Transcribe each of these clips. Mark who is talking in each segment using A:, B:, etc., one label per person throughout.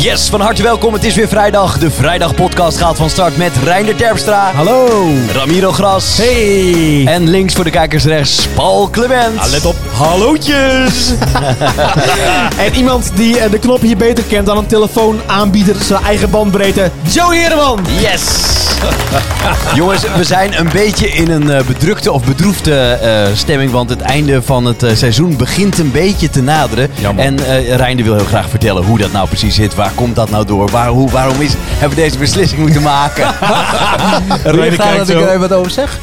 A: Yes, van harte welkom. Het is weer vrijdag. De Vrijdagpodcast gaat van start met Reinder Terpstra.
B: Hallo.
A: Ramiro Gras.
B: Hey.
A: En links voor de kijkers rechts, Paul Clement.
C: Ah, let op.
B: Hallootjes. en iemand die eh, de knop hier beter kent dan een telefoonaanbieder zijn eigen bandbreedte. Joe Heerman.
A: Yes! Jongens, we zijn een beetje in een eh, bedrukte of bedroefde eh, stemming. Want het einde van het eh, seizoen begint een beetje te naderen.
C: Jammer.
A: En eh Reinder wil heel graag vertellen hoe dat nou precies zit. Waar komt dat nou door? Waar, hoe, waarom is, hebben we deze beslissing moeten maken?
C: Reinder
A: Reinder
C: kijkt zo.
A: wat over zeg?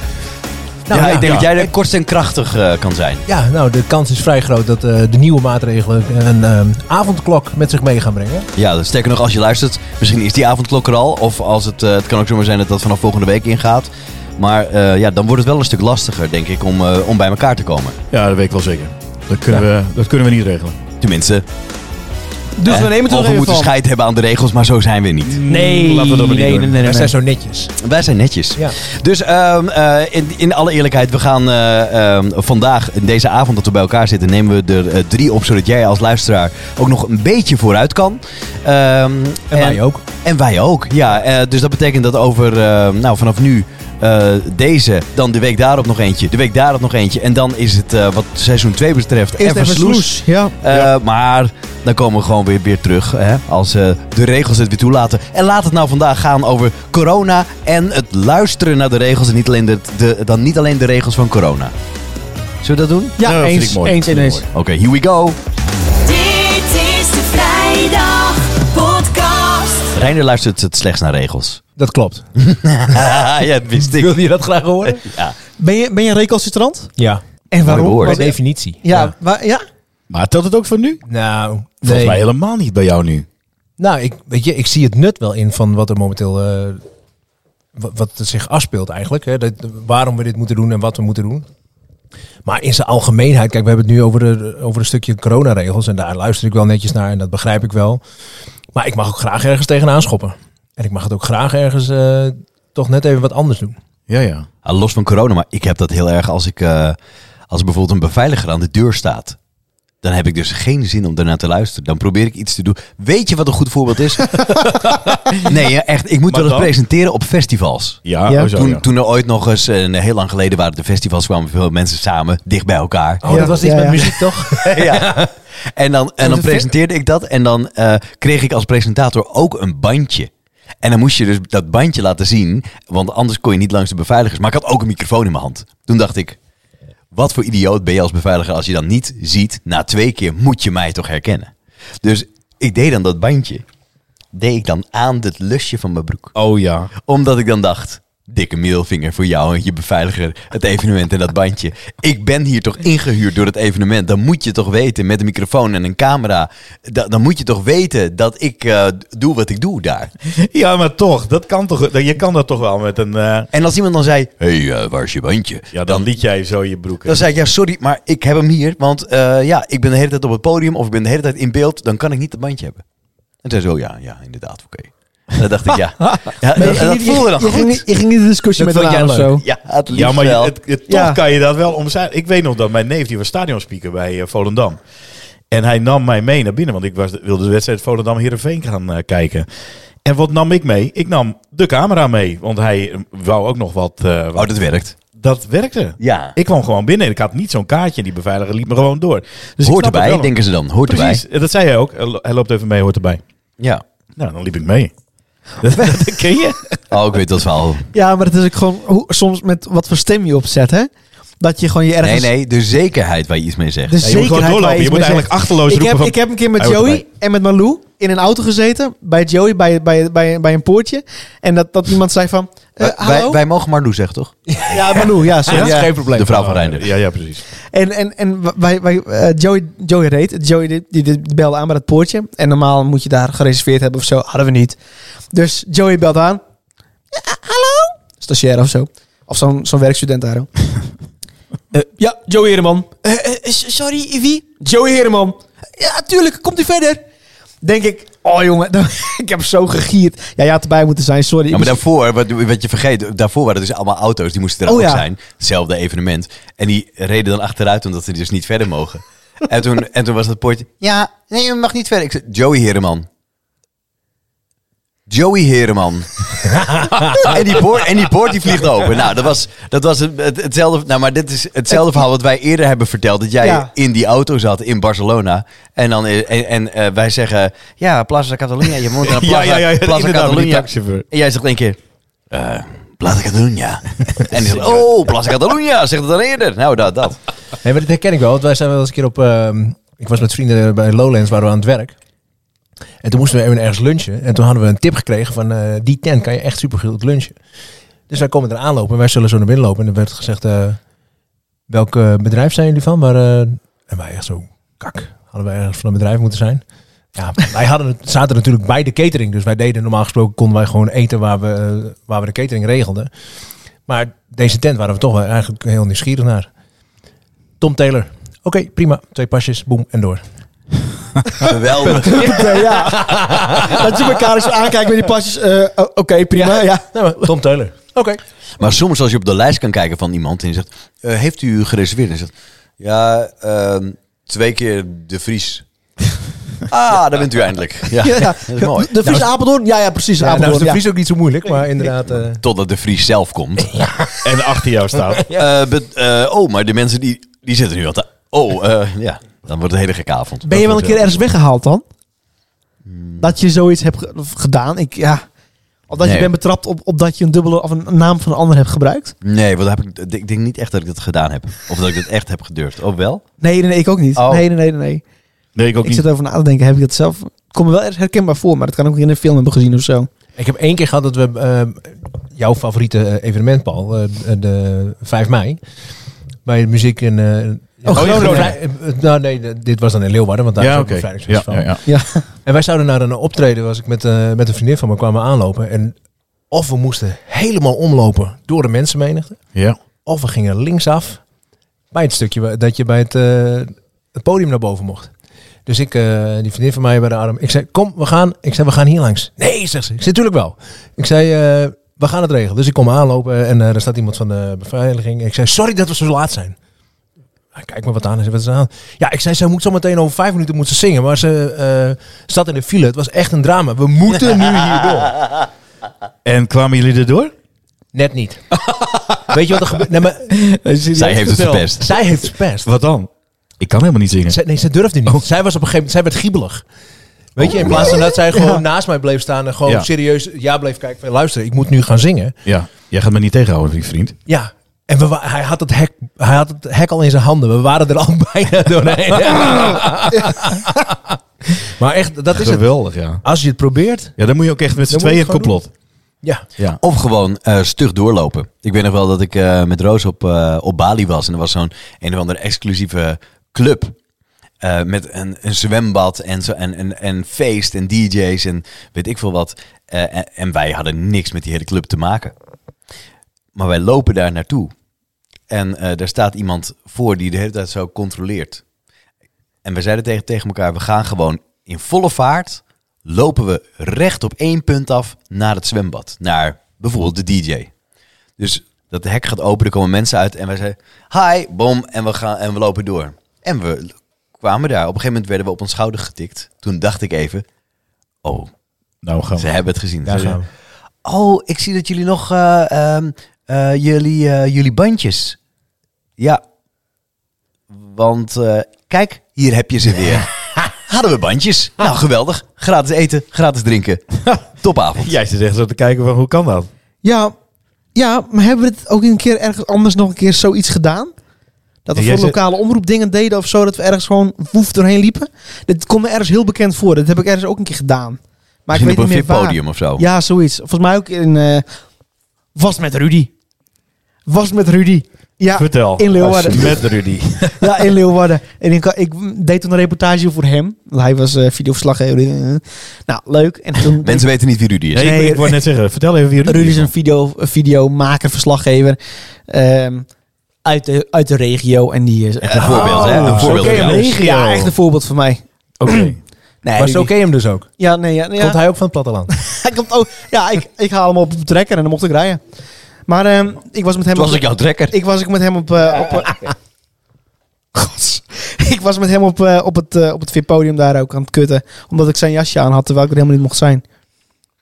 D: Nou,
A: ja, ik denk dat jij er kort en krachtig eh, kan zijn.
D: Ja, nou, de kans is vrij groot dat eh, de nieuwe maatregelen een ehm, avondklok met zich mee gaan brengen.
A: Ja, dus sterker nog, als je luistert, misschien is die avondklok er al. Of als het, eh, het kan ook zomaar zijn dat dat vanaf volgende week ingaat. Maar eh, ja, dan wordt het wel een stuk lastiger, denk ik, om, eh, om bij elkaar te komen.
C: Ja, dat weet ik wel zeker. Dat kunnen, we, dat kunnen we niet regelen.
A: Tenminste,
B: Dus
A: hè,
B: we nemen het
A: of
B: er
A: we
B: even
A: Eh,
B: Mm.
A: moeten
B: van.
A: scheid hebben aan de regels, maar zo zijn we niet.
B: Nee,
C: Laten we dat maar niet
B: nee,
C: doen.
B: nee, nee,
D: Wij
B: nee,
D: zijn zo netjes.
A: Wij zijn netjes.
D: Ja.
A: Dus ehm, eh, in, in alle eerlijkheid, we gaan eh, ehm, vandaag, in deze avond dat we bij elkaar zitten, nemen we er eh, drie op, zodat jij als luisteraar ook nog een beetje vooruit kan. Ehm,
D: En, wij ook.
A: En wij ook, ja. eh, dus dat betekent dat over, eh, nou vanaf nu, eh, deze, dan de week daarop nog eentje, de week daarop nog eentje. En dan is het, eh, wat seizoen 2 betreft,
D: Eerst
A: even sloes.
D: Ja.
A: Eh,
C: Ja.
A: Maar dan komen we gewoon weer, weer terug, hè, als eh, de regels het weer toelaten. En laat het nou vandaag gaan over corona en het luisteren naar de regels. En niet alleen de, de, dan niet alleen de regels van corona. Zullen we dat doen?
B: Ja,
C: Nou, dat vind
B: eens,
C: ik mooi.
B: eens,
C: Dat vind ik
B: eens.
A: Oké, here we go.
E: Dit is de Vrijdag Podcast.
A: Reiner luistert het slechts naar regels.
D: Dat klopt.
A: ja, dat wist ik.
D: je dat graag horen?
A: Ja.
B: Ben je, ben je recalcitrant?
D: Ja.
B: En waarom?
A: woord.
D: Per
B: Wat-
D: definitie.
B: Ja, ja. Waar, ja?
C: Maar telt het ook voor nu?
D: Nou, nee.
C: Volgens mij helemaal niet bij jou nu.
D: Nou, ik, weet je, ik zie het nut wel in van wat er momenteel... eh, wat, wat er zich afspeelt eigenlijk. Hè? Dat, waarom we dit moeten doen en wat we moeten doen. Maar in zijn algemeenheid, kijk, we hebben het nu over, de, over een stukje coronaregels. En daar luister ik wel netjes naar en dat begrijp ik wel. Maar ik mag ook graag ergens tegenaan schoppen. En ik mag het ook graag ergens eh, toch net even wat anders doen.
C: Ja, ja.
A: Ah, los van corona, maar ik heb dat heel erg als ik eh, als bijvoorbeeld een beveiliger aan de deur staat. Dan heb ik dus geen zin om daarna te luisteren. Dan probeer ik iets te doen. Weet je wat een goed voorbeeld is? nee, ja, echt. Ik moet
C: Maar
A: wel eens
C: dan?
A: presenteren op festivals.
C: Ja,
B: Ja.
C: oh zo,
A: toen,
C: ja.
A: toen er ooit nog eens, en heel lang geleden waren de festivals, kwamen veel mensen samen, dicht bij elkaar.
D: Oh,
B: Ja,
D: dat was iets
B: ja,
D: met
B: ja.
D: muziek toch?
A: ja. En dan, en dan
D: het ver-
A: presenteerde ik dat en dan eh, kreeg ik als presentator ook een bandje. En dan moest je dus dat bandje laten zien, want anders kon je niet langs de beveiligers. Maar ik had ook een microfoon in mijn hand. Toen dacht ik, wat voor idioot ben je als beveiliger als je dan niet ziet, na twee keer moet je mij toch herkennen. Dus ik deed dan dat bandje, deed ik dan aan het lusje van mijn broek.
C: Oh ja.
A: Omdat ik dan dacht, dikke middelvinger voor jou en je beveiliger, het evenement en dat bandje. Ik ben hier toch ingehuurd door het evenement. Dan moet je toch weten, met een microfoon en een camera, da- dan moet je toch weten dat ik eh, doe wat ik doe daar.
C: Ja, maar toch. Dat kan toch. dat- Je kan dat toch wel met een... eh,
A: En als iemand dan zei, hé, hey, eh, waar is je bandje?
C: ja, dan liet jij zo je broek.
A: Dan zei ik, ja, sorry, maar ik heb hem hier, want eh, ja, ik ben de hele tijd op het podium of ik ben de hele tijd in beeld, dan kan ik niet dat bandje hebben. En toen zei ze, oh ja, ja, inderdaad, oké. Dan dacht ik, ja. ja en dat, en dat voelde dan
B: je,
A: goed.
B: ging, niet- je ging niet de discussie
D: Dat
B: met
D: vond
B: elkaar of
D: jij leuk.
B: zo.
A: ja, het liefst
C: Ja, maar je-
A: wel.
C: het, het- toch
B: Ja.
C: kan je dat wel omzeilen. Ik weet nog dat mijn neef, die was stadionspeaker bij eh, Volendam. En hij nam mij mee naar binnen, want ik was, wilde de wedstrijd Volendam-Heerenveen gaan eh, kijken. En wat nam ik mee? Ik nam de camera mee, want hij eh, wou ook nog wat... eh, wat-
A: Oh, dat werkt.
C: Dat werkte.
A: Ja.
C: Ik kwam gewoon binnen en ik had niet zo'n kaartje en die beveiliger liep me gewoon door. Dus
A: hoort
C: ik snap het
A: erbij,
C: wel.
A: denken ze dan. Hoort
C: Precies,
A: erbij.
C: dat zei hij ook. Hij loopt even mee, hoort erbij.
A: Ja.
C: Nou, dan liep ik mee. dat, dat ken je?
A: Oh, ik weet dat wel.
B: Ja, maar het is ook gewoon hoe, soms met wat voor stem je opzet, hè? Dat je gewoon je ergens...
A: Nee, nee, de zekerheid waar je iets mee zegt.
B: De
C: Ja, je moet
B: zekerheid
C: gewoon
B: waar
C: doorlopen. Je
B: iets
C: moet
B: mee
C: eigenlijk
B: zegt.
C: achterloos
B: ik
C: roepen
B: heb,
C: van...
B: ik heb een keer met
C: Hij hoort
B: Joey
C: erbij.
B: en met Malou in een auto gezeten. Bij Joey, bij, bij, bij, bij een poortje. En dat, dat iemand zei van... eh,
A: Wij- wij,
B: hallo?
A: wij mogen Marloes zeggen, toch?
B: ja, Malou, ja, sorry. ja.
A: probleem. De vrouw van Reinder.
C: Ah, Ja, ja, precies.
B: En, en, en w- wij, wij, eh, Joey, Joey reed. Joey die, die, die belde aan bij dat poortje. En normaal moet je daar gereserveerd hebben of zo. Hadden we niet. Dus Joey belt aan. Ja, a- hallo? Stagiair of zo. Of zo'n zo'n werkstudent daar. hoor. Eh, ja, Joey Heerman. Eh, eh, s- sorry, wie? Joey Heerman. Ja, tuurlijk. Komt u verder? Denk ik. Oh jongen, ik heb zo gegierd. Ja, je had erbij moeten zijn. Sorry.
A: Ja, maar daarvoor, wat, wat je vergeet, daarvoor waren dus allemaal auto's, die moesten er
B: Oh,
A: ook
B: ja.
A: zijn. Hetzelfde evenement. En die reden dan achteruit omdat ze dus niet verder mogen. en, toen, en toen was dat poortje, ja, nee, je mag niet verder. Ik zei, Joey Heerman. Joey Hereman. en, die poort, en die poort die vliegt open. Nou, dat was, dat was het, het- hetzelfde. Nou, maar dit is hetzelfde verhaal wat wij eerder hebben verteld. Dat jij
B: Ja.
A: in die auto zat in Barcelona. En, dan, eh, en, en eh, wij zeggen: Ja, Plaza Catalunya. Je moet naar Plaza,
C: ja, ja, ja,
A: Plaza
C: inderdaad, met die
A: Catalunya.
C: taxichauffeur.
A: En jij zegt één keer: eh, Plaza Catalunya. en die zegt: Oh, Plaza Catalunya. Zegt het dan eerder. Nou, dat, dat.
D: Nee, maar dat herken ik wel. Want wij zijn wel eens een keer op... ehm, ik was met vrienden bij Lowlands, waren we aan het werk. En toen moesten we even ergens lunchen. En toen hadden we een tip gekregen van... eh, die tent kan je echt super goed lunchen. Dus wij komen er aanlopen. En wij zullen zo naar binnen lopen. En er werd gezegd... eh, welk eh, bedrijf zijn jullie van? Maar, eh, en wij echt zo... Kak. Hadden wij ergens van een bedrijf moeten zijn? Ja, wij hadden het, zaten natuurlijk bij de catering. Dus wij deden normaal gesproken... konden wij gewoon eten waar we, eh, waar we de catering regelden. Maar deze tent waren we toch wel eigenlijk heel nieuwsgierig naar. Tom Taylor. Oké, prima. Twee pasjes, boem en door.
A: Geweldig.
B: ja. Dat je elkaar eens aankijkt met die pasjes. eh, o- Oké, prima. Ja.
D: Nou, maar Tom Taylor. Oké.
A: Maar soms als je op de lijst kan kijken van iemand en je zegt, eh, heeft u gereserveerd? En je zegt, ja, ehm, twee keer de Vries. ah, daar bent u eindelijk. Ja,
B: Ja,
A: dat is mooi.
B: De Vries Apeldoorn? Ja, ja, precies.
D: Ja, nou is
B: Apeldoorn,
D: de
B: ja.
D: Vries ook niet zo moeilijk, maar inderdaad... eh,
A: Totdat de Vries zelf komt.
C: En achter jou staat.
A: Eh, bet- eh, oh, maar de mensen die, die zitten nu al te... Oh, eh, ja, dan wordt het hele gekke avond.
B: Ben je wel een
A: Dat
B: keer
A: wordt
B: ergens weggehaald dan? Dat je zoiets hebt ge- of gedaan? Ik, ja. Of dat
A: Nee.
B: je bent betrapt op, op dat je een dubbele of een naam van een ander hebt gebruikt?
A: wel- Nee, want dan heb ik, ik denk niet echt dat ik dat gedaan heb. Of dat ik dat echt heb gedurfd. Oh, wel?
B: Nee, nee, nee, ik ook niet.
A: Oh.
B: Nee, nee, nee, nee, nee.
C: Nee, ik ook
B: Ik
C: niet.
B: zit over na te denken, heb ik dat zelf... Het komt me wel erg herkenbaar voor, maar dat kan ook in een film hebben gezien of zo.
D: ik heb één keer gehad dat we... eh, jouw favoriete eh, evenement, Paul. eh, de 5 mei. Bij de muziek in... eh,
B: Oh, Groningen.
D: Vrij- eh, Nou nee, de- dit was dan in Leeuwarden, want daar is
C: Ja,
D: ook
C: oké.
D: een
C: Ja,
D: vrijdagsfestival.
C: ja, ja.
B: Ja.
D: En wij zouden naar een optreden, was ik met, eh, met een vriendin van me, kwamen aanlopen. En of we moesten helemaal omlopen door de mensenmenigte.
C: ja.
D: Of we gingen linksaf bij het stukje wa- dat je bij het, eh, het podium naar boven mocht. Dus ik, eh, die vriendin van mij bij de arm, ik zei, kom, we gaan. Ik zei, we gaan hier langs. Nee, zegt ze. Ik zei, tuurlijk wel. Ik zei, eh, we gaan het regelen. Dus ik kom aanlopen en eh er staat iemand van de beveiliging. Ik zei, sorry dat we zo laat zijn. Hij kijkt me wat aan en zegt, wat is er aan? Ja, ik zei, ze moet zometeen over vijf minuten moet ze zingen. Maar ze eh, zat in de file. Het was echt een drama. We moeten nu hierdoor.
C: En kwamen jullie erdoor?
D: Net niet. Weet je wat er gebeurt? Nee, maar
A: Zij heeft het verpest.
D: zij heeft verpest.
C: Wat dan? Ik kan helemaal niet zingen.
D: Zij, nee, zij durfde niet.
A: Oh.
D: Zij was op een gegeven moment, zij werd giebelig. Weet je, in plaats van dat zij gewoon naast mij bleef staan en gewoon
C: Ja.
D: serieus ja bleef kijken. Van, luister, ik moet nu gaan zingen.
C: Ja. Jij gaat me niet tegenhouden, die vriend.
D: Ja. En we, wa- hij, had het hek, hij had het hek al in zijn handen. We waren er al bijna doorheen. maar echt, dat is het.
C: Geweldig, ja.
D: Als je het probeert,
C: Ja, dan moet je ook echt met z'n
D: Dan moet
C: tweeën
D: je
C: het
D: het gewoon
C: complot.
D: ja.
C: Ja.
A: Of gewoon eh, stug doorlopen. Ik weet nog wel dat ik eh, met Roos op, eh, op Bali was. En er was zo'n een of andere exclusieve club. eh, met een, een zwembad en, zo, en, en, en feest en DJ's en weet ik veel wat. Eh, en, en wij hadden niks met die hele club te maken. Maar wij lopen daar naartoe. En eh, daar staat iemand voor die de hele tijd zo controleert. En we zeiden tegen, tegen elkaar, we gaan gewoon in volle vaart. Lopen we recht op één punt af naar het zwembad. Naar bijvoorbeeld de DJ. Dus dat hek gaat open, er komen mensen uit. En wij zeiden, hi, bom. En we, gaan, en we lopen door. En we kwamen daar. Op een gegeven moment werden we op ons schouder getikt. Toen dacht ik even, oh,
C: Nou, gaan
A: ze
C: we.
A: hebben het gezien.
D: Daar gaan we.
A: Oh, ik zie dat jullie nog eh, ehm, eh, jullie, eh, jullie bandjes. Ja. Want eh, kijk, hier heb je ze weer. Hadden we bandjes? Nou, geweldig. Gratis eten, gratis drinken. Topavond.
C: Jij zit echt zo te kijken van hoe kan dat?
B: Ja, ja, maar hebben we het ook een keer ergens anders nog een keer zoiets gedaan? Dat we
C: Ja, jij
B: voor
C: zegt-
B: lokale omroep dingen deden of zo, dat we ergens gewoon woef doorheen liepen. Dit komt me ergens heel bekend voor. Dat heb ik ergens ook een keer gedaan. Maar ik
A: Misschien
B: weet
A: op
B: niet
A: een
B: meer waar.
A: VIP-podium of zo.
B: Ja, zoiets. Volgens mij ook in eh, Was met Rudy. Was met Rudy. Ja,
C: Vertel.
B: in Leeuwarden.
C: Met Rudy.
B: ja, in Leeuwarden. En ik, ik deed toen een reportage voor hem. Want Hij was eh videoverslaggever. Eh, Nou, leuk. En toen
A: Mensen weten niet wie Rudy is.
C: Nee, ik-
B: Nee,
C: ik, wou net zeggen, vertel even wie Rudy,
B: Ruud is een video, videomaker, verslaggever ehm, uit, de, uit de regio. En die is
A: Echt een voorbeeld, hè?
D: Oh,
A: Een
C: zo
A: voorbeeld.
C: ken je
A: van
C: hem.
A: jou.
C: regio.
B: Ja, echt een voorbeeld voor mij.
C: Oké.
B: Nee,
D: maar
B: die-
D: zo ken je hem dus ook.
B: Ja, nee, ja, ja.
D: Komt hij ook van het platteland?
B: Hij komt ook. Ja, ik, ik haal hem op de trekker en dan mocht ik rijden. Maar ehm, ik was met hem.
A: Toen was
B: op-
A: ik jouw trekker.
B: Ik was ik met hem op. eh, op eh, Gods. Ik was met hem op, eh, op het, eh, op het VIP-podium daar ook aan het kutten. Omdat ik zijn jasje aan had, terwijl ik er helemaal niet mocht zijn.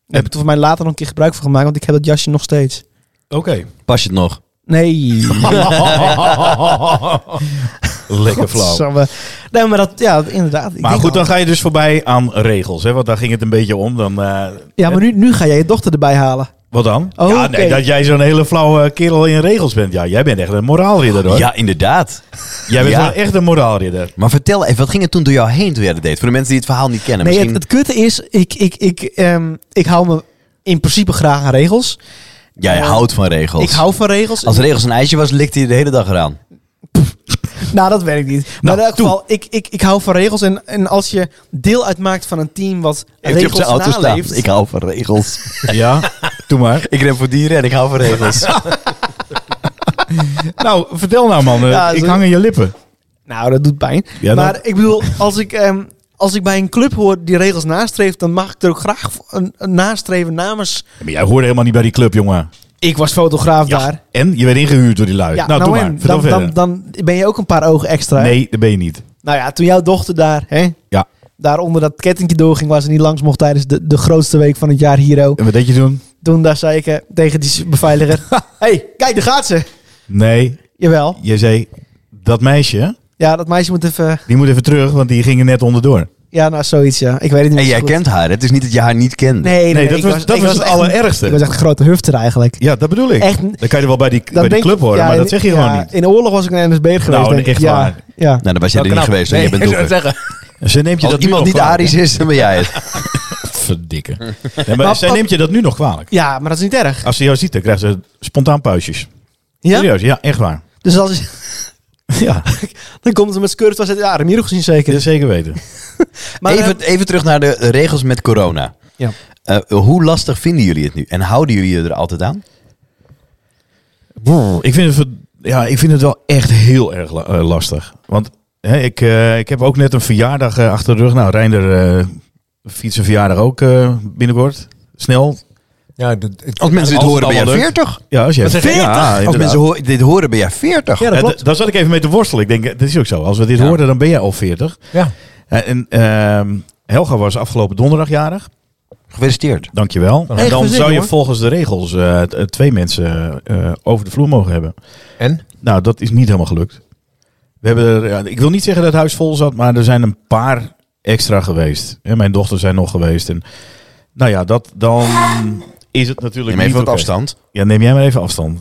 B: Daar heb ik er voor mij later nog een keer gebruik van gemaakt, want ik heb dat jasje nog steeds.
C: Oké.
A: Pas je het nog?
B: Nee.
C: Lekker flauw.
B: Godsamme. Nee, maar dat, ja, inderdaad. Ik
C: Maar
B: denk
C: goed,
B: al-
C: dan ga je dus voorbij aan regels. Hè? Want daar ging het een beetje om. Dan, eh,
B: Ja, maar nu, nu ga jij je dochter erbij halen.
C: wat dan?
B: Oh,
C: ja, nee,
B: oké.
C: dat jij zo'n hele flauwe kerel in regels bent. Ja, jij bent echt een moraalridder hoor.
A: Ja, inderdaad.
C: Jij bent
A: Ja.
C: wel echt een moraalridder.
A: Maar vertel even, wat ging er toen door jou heen toen jij dat deed? Voor de mensen die het verhaal niet kennen.
B: Nee, het,
A: misschien...
B: het kutte is, ik, ik, ik, ehm, ik hou me in principe graag aan regels.
A: Jij houdt van regels.
B: Ik hou van regels.
A: Als regels een ijsje was, likte je de hele dag eraan.
B: Nou, dat werkt niet. Maar in elk geval, ik, ik, ik hou van regels. En, en als je deel uitmaakt van een team wat
A: Heeft hij op
B: regels
A: zijn auto
B: naleeft...
A: staan. Ik hou van regels.
C: Ja, doe maar.
A: ik ren voor dieren en ik hou van regels.
C: Nou, vertel nou man. eh,
B: Ja,
C: ik
B: sorry.
C: hang aan je lippen.
B: Nou, dat doet pijn.
C: Ja,
B: maar
C: dan-
B: ik bedoel, als ik, ehm, als ik bij een club hoor die regels nastreeft... dan mag ik er ook graag een, een nastreven namens...
C: Maar jij hoorde helemaal niet bij die club, jongen.
B: Ik was fotograaf
C: Ja,
B: daar.
C: En? Je werd ingehuurd door die lui.
B: Ja,
C: nou,
B: nou
C: doe
B: en,
C: maar. Vertel
B: dan, dan,
C: verder.
B: dan ben je ook een paar ogen extra. hè?
C: nee, dat ben je niet.
B: Nou ja, toen jouw dochter daar, hè,
C: Ja.
B: daar onder dat kettingje doorging... waar ze niet langs mocht tijdens de, de grootste week van het jaar Hero...
C: En wat deed je toen?
B: toen daar zei ik eh, tegen die beveiliger... hey, kijk, daar gaat ze!
C: Nee,
B: Jawel.
C: je zei... Dat meisje,
B: Ja, dat meisje moet even...
C: die moet even terug, want die ging er net onderdoor.
B: Ja, nou, zoiets, ja. Ik weet het niet
A: en
B: meer zo
A: jij
B: goed.
A: kent haar. Het is niet dat je haar niet kent.
B: Nee, nee,
C: Nee,
B: nee,
C: dat
B: ik
C: was, dat
B: ik
C: was het
B: echt een-
C: allerergste.
B: Ik was echt een grote hufter eigenlijk.
C: Ja, dat bedoel ik.
B: Echt-
C: Dan kan je er wel bij die, bij
B: Dan
C: die
B: denk
C: club
B: ik-
C: horen,
B: ja,
C: maar
B: in-
C: dat zeg je
B: ja,
C: gewoon niet.
B: In de oorlog was ik een NSB geweest,
C: Nou,
B: denk ik.
C: echt
B: ja,
C: waar.
B: Ja.
A: Nou, dan was jij er niet geweest en je bent dopper.
D: zeggen.
C: Ze neemt je
A: Als
C: dat nu
A: iemand
C: nog
A: niet
C: kwalijk,
A: Aries is, dan ben jij het.
C: hè? Verdikke. Nee, maar
B: Maar
C: zij
B: pap-
C: neemt je dat nu nog kwalijk.
B: ja, maar dat is niet erg.
C: Als ze jou ziet, dan krijgt ze spontaan puistjes.
B: Ja?
C: Serieus, ja, echt waar.
B: Dus als,
C: Ja,
B: dan komt ze met skirt was het ja, Ramiro gezien zeker. dus
C: dat zeker weten.
B: maar eh,
A: even, even terug naar de regels met corona.
B: Ja.
A: Eh, hoe lastig vinden jullie het nu? En houden jullie je er altijd aan?
C: Boe, Ik vind het, ver- ja, ik vind het wel echt heel erg la- eh, lastig. Want hè, ik, eh, ik heb ook net een verjaardag eh, achter de rug. Nou, Reinder eh fietst een verjaardag ook eh, binnenkort. Snel.
D: Ja, dat- het-
A: Als mensen dit
C: Als het
A: horen, ben jij
C: allemaal
A: 40?
C: Ja, als je
D: Wat zeg je?
C: Ja,
A: Als
C: inderdaad.
A: mensen ho- dit horen, ben jij 40?
D: Ja, dat
C: Eh,
D: klopt.
C: d- daar zat ik even mee te worstelen. Ik denk, eh, dat is ook zo. Als we dit
A: Ja.
C: hoorden, dan ben jij al 40.
D: Ja.
C: Eh, En ehm, Helga was afgelopen donderdag jarig.
A: Gefeliciteerd.
C: Dankjewel.
D: Van
C: En
B: harte
C: dan
B: gezien,
C: zou je
B: hoor.
C: volgens de regels eh, t- eh, twee mensen eh, over de vloer mogen hebben.
D: En?
C: Nou, dat is niet helemaal gelukt. We hebben er, ja, ik wil niet zeggen dat het huis vol zat, maar er zijn een paar extra geweest. En mijn dochters zijn nog geweest. En, nou ja, dat, dan is het natuurlijk
A: Neem even
C: niet
A: wat
C: oké.
A: afstand.
C: Ja, neem jij maar even afstand.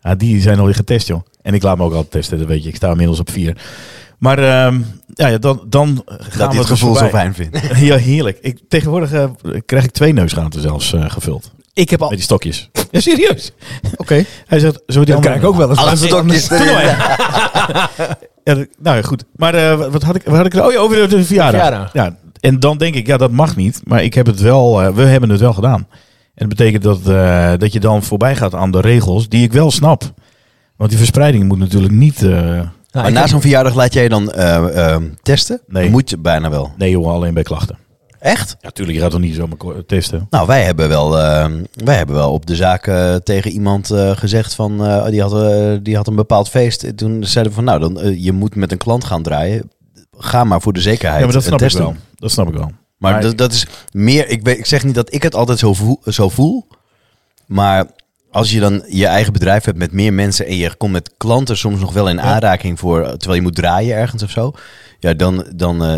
C: Ja, die zijn alweer getest, joh. En ik laat me ook altijd testen, dat weet je. Ik sta inmiddels op vier. Maar ehm, ja, ja, dan, dan gaan
A: Dat
C: we
A: je het
C: dus
A: gevoel zo
C: voorbij.
A: fijn vindt.
C: Ja, heerlijk. Ik, tegenwoordig eh, krijg ik twee neusgaten zelfs eh, gevuld.
B: ik heb al...
C: Met
B: Oké.
C: die stokjes. Ja, serieus. Hij zegt, zo
D: Dat
C: die andere
D: krijg ik ook wel eens.
A: Alles wat ook is.
C: Doe nou even. ja, dat- nou ja, goed. Maar eh, wat had ik, wat had ik er? Oh ja, over de, de verjaardag.
D: Verjaardag.
C: Ja, en dan denk ik, ja, dat mag niet. Maar ik heb het wel, eh, we hebben het wel gedaan. En dat betekent dat, eh, dat je dan voorbij gaat aan de regels die ik wel snap. Want die verspreiding moet natuurlijk niet... eh,
D: Nou,
A: Maar
D: ik
A: na
D: heb-
A: zo'n verjaardag laat jij dan eh, ehm, testen?
C: Nee.
A: Dan Moet je bijna wel.
C: nee jongen, alleen bij klachten.
A: Echt?
C: Ja, tuurlijk, je gaat toch niet zomaar ko- testen.
A: Nou, wij hebben wel, ehm, wij hebben wel op de zaak eh, tegen iemand eh, gezegd van, eh, die, had, eh, die had een bepaald feest. En Toen zeiden we van, nou, dan, eh, je moet met een klant gaan draaien. Ga maar voor de zekerheid.
C: Ja, maar dat snap
A: een
C: ik
A: test
C: wel.
A: doen.
C: Dat snap ik wel.
A: Maar,
C: Maar-
A: dat, dat is meer, ik, weet, ik zeg niet dat ik het altijd zo voel, zo voel. Maar als je dan je eigen bedrijf hebt met meer mensen en je komt met klanten soms nog wel in aanraking voor, eh, terwijl je moet draaien ergens of zo. Ja, dan, dan, eh,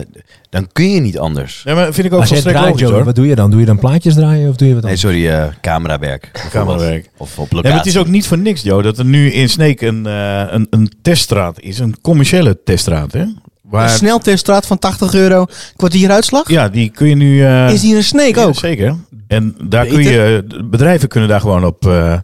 A: dan kun je niet anders.
C: Ja, maar vind ik ook
D: Als jij
C: van
D: draait,
C: strek logisch
D: Joey,
C: hoor.
D: wat doe je dan? Doe je dan plaatjes draaien of doe je wat
A: Nee,
D: anders?
A: sorry, eh, camerawerk.
C: Camerawerk.
A: Of op
C: Ja,
A: locatie.
C: maar het is ook niet voor niks, Jo, dat er nu in Sneek een, eh, een, een teststraat is. Een commerciële teststraat, hè?
B: Een
C: Waar,
B: snelteststraat van 80 euro, kwartieruitslag.
C: ja, die kun je nu... eh,
B: Is hier een snake Oh,
C: ja,
B: ook?
C: Zeker. En daar
A: Beter.
C: kun je, de bedrijven kunnen daar gewoon op eh,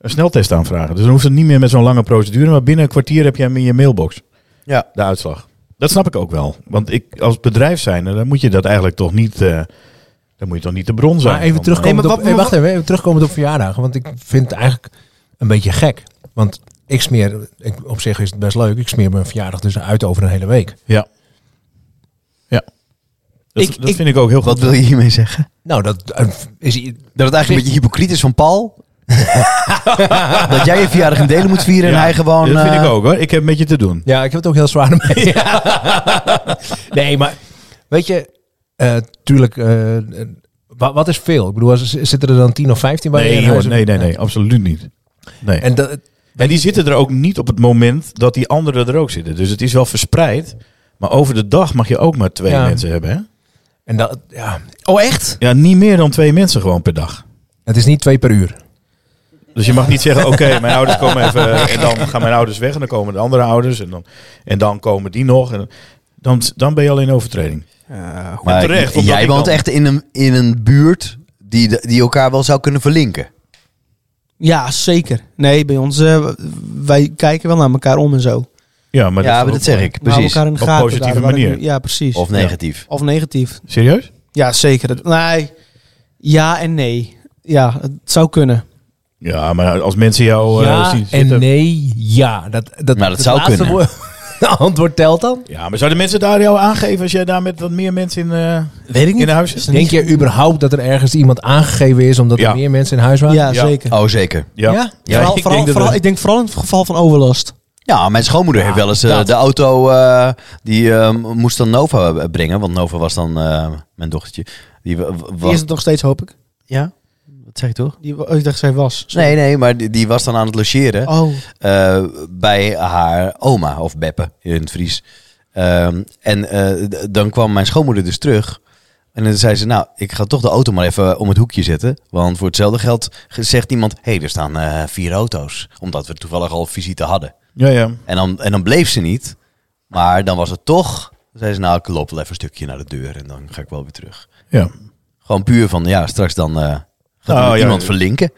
C: een sneltest aanvragen. Dus dan hoeft het niet meer met zo'n lange procedure. Maar binnen een kwartier heb je hem in je mailbox,
A: Ja.
C: de uitslag. Dat snap ik ook wel. Want ik, als bedrijf zijnde, dan moet je dat eigenlijk toch niet... eh, dan moet je toch niet de bron zijn.
D: Maar even
C: van,
D: terugkomend
B: Nee, maar
D: op,
B: wat-
D: eh, wacht even, even terugkomend op verjaardagen. Want ik vind het eigenlijk een beetje gek. Want ik smeer, ik, op zich is het best leuk, ik smeer mijn verjaardag dus uit over een hele week.
C: eh, ja. Ja. Dat,
B: Ik-
C: dat
B: ik-
C: vind ik ook heel goed.
A: Wat wil je hiermee zeggen?
D: Nou, dat eh, is... i-
A: Dat het eigenlijk een beetje hypocriet is van Paul. dat jij je verjaardag in delen moet vieren en
C: Ja,
A: hij gewoon...
C: Dat vind
A: eh,
C: ik ook hoor. Ik heb met je te doen.
D: Ja, ik heb het ook heel zwaar mee. nee, maar weet je, eh, tuurlijk, eh, wa- wat is veel? Ik bedoel, als- zitten er dan 10 of 15 bij je
C: Nee,
D: in
C: jongen,
D: huis?
C: nee, nee, nee, absoluut niet. Nee. En,
D: En dat,
C: die zitten er ook niet op het moment dat die anderen er ook zitten. Dus het is wel verspreid. Maar over de dag mag je ook maar twee
D: Ja.
C: mensen hebben. Hè?
D: en dat, ja,
B: Oh, echt?
C: Ja, niet meer dan twee mensen gewoon per dag.
D: het is niet twee per uur.
C: Dus je mag niet zeggen, oké, mijn ouders komen even en dan gaan mijn ouders weg en dan komen de andere ouders en dan, en dan komen die nog. En dan, dan ben je al in overtreding.
A: Maar
C: terecht, omdat
A: jij
C: ik
A: woont
C: dan-
A: echt in een, in een buurt die, de- die elkaar wel zou kunnen verlinken.
B: Ja, zeker. Nee, bij ons, eh, wij kijken wel naar elkaar om en zo.
C: Ja, maar
A: ja,
C: is
A: maar
C: ook-
A: dat zeg ik.
B: We houden
A: Precies.
B: elkaar in de
C: Op
B: gaten.
C: positieve
B: daar, waar ik
C: manier.
B: nu- ja, precies.
A: Of negatief.
B: Of negatief.
C: Serieus?
B: Ja, zeker. Dat- Nee. Ja en nee. Ja, het zou kunnen.
C: Ja, maar als mensen jou eh,
D: ja
C: zien
D: en
C: zitten-
D: nee, ja. Dat, dat,
A: Maar dat zou
D: laatste
A: kunnen.
D: woord- antwoord telt dan?
C: Ja, maar zouden mensen daar jou aangeven als jij daar met wat meer mensen in, eh
B: Weet ik
C: in huis zit?
D: Denk je überhaupt dat er ergens iemand aangegeven is omdat
C: Ja.
D: er meer mensen in huis waren?
B: Ja,
C: Ja.
B: zeker.
A: Oh, zeker. Ja,
C: Ja.
B: vooral,
C: ik
B: vooral,
C: denk dat
B: vooral-
C: we-
B: ik denk vooral in het geval van overlast.
A: Ja, mijn schoonmoeder heeft wel eens eh,
D: dat.
A: de auto. eh, die eh, moest dan Nova eh, brengen. Want Nova was dan eh, mijn dochtertje. Die wa- wa-
B: Die is het nog steeds, hoop ik.
A: Ja, dat zeg ik toch?
B: Die, oh, ik dacht, zij was. Sorry.
A: Nee, nee, maar die, die was dan aan het logeren.
B: Oh,
A: eh, bij haar oma of Beppe in het Fries. Ehm, en eh, d- dan kwam mijn schoonmoeder dus terug. En dan zei ze, nou, ik ga toch de auto maar even om het hoekje zetten. Want voor hetzelfde geld ge- zegt iemand, hé, hey, er staan eh, vier auto's. Omdat we toevallig al visite hadden.
C: Ja, ja.
A: En dan, en dan bleef ze niet. Maar dan was het toch, dan zei ze, nou, ik loop wel even een stukje naar de deur en dan ga ik wel weer terug.
C: ja.
A: Gewoon puur van, ja, straks dan eh, gaat er
C: Oh,
A: met
C: ja.
A: iemand verlinken.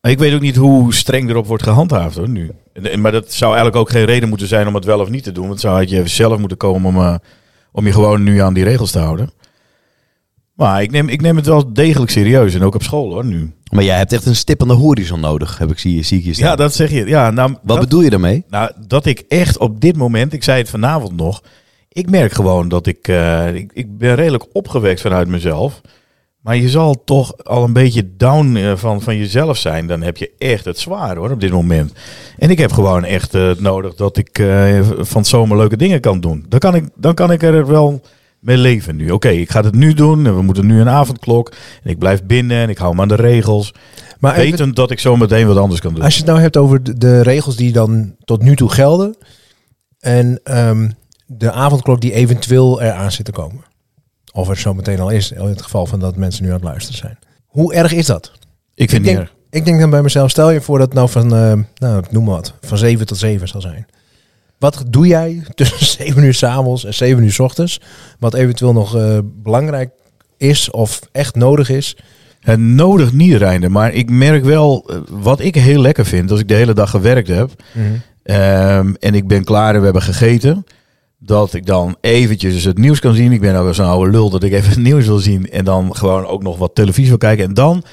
C: Maar Ik weet ook niet hoe streng erop wordt gehandhaafd hoor, nu. En- en- Maar dat zou eigenlijk ook geen reden moeten zijn om het wel of niet te doen. Want zou had je zelf moeten komen om, eh, om je gewoon nu aan die regels te houden. Maar ik neem, ik neem het wel degelijk serieus. En ook op school hoor, nu.
A: Maar jij hebt echt een stip aan de horizon nodig, heb ik, zie, zie ik je staan.
C: Ja, dat zeg je. Ja, nou,
A: Wat
C: dat,
A: bedoel je daarmee?
C: nou, dat ik echt op dit moment, ik zei het vanavond nog. Ik merk gewoon dat ik, eh, ik, ik ben redelijk opgewekt vanuit mezelf. Maar je zal toch al een beetje down eh, van, van jezelf zijn. Dan heb je echt het zwaar hoor op dit moment. En ik heb gewoon echt eh, het nodig dat ik eh, v- van het zomer leuke dingen kan doen. Dan kan ik, dan kan ik er wel mee leven nu. Oké, ik ga het nu doen. en We moeten nu een avondklok. En ik blijf binnen en ik hou me aan de regels.
D: Maar even-
C: Wetend dat ik zo meteen wat anders kan doen.
D: als je het nou hebt over de, de regels die dan tot nu toe gelden. En ehm, de avondklok die eventueel eraan zit te komen. Of er zo meteen al is, in het geval van dat mensen nu aan het luisteren zijn. Hoe erg is dat?
C: ik vind het niet
D: denk,
C: erg.
D: ik denk dan bij mezelf, stel je voor dat het nou van, eh, nou, ik noem maar wat, van 7 tot 7 zal zijn. Wat doe jij tussen 7 uur s'avonds en 7 uur s ochtends, wat eventueel nog eh, belangrijk is of echt nodig is?
C: Het nodig niet, Reinder. Maar ik merk wel, eh, wat ik heel lekker vind, als ik de hele dag gewerkt heb ehm, en ik ben klaar en we hebben gegeten, dat ik dan eventjes het nieuws kan zien. Ik ben nou wel zo'n oude lul dat ik even het nieuws wil zien en dan gewoon ook nog wat televisie wil kijken. En dan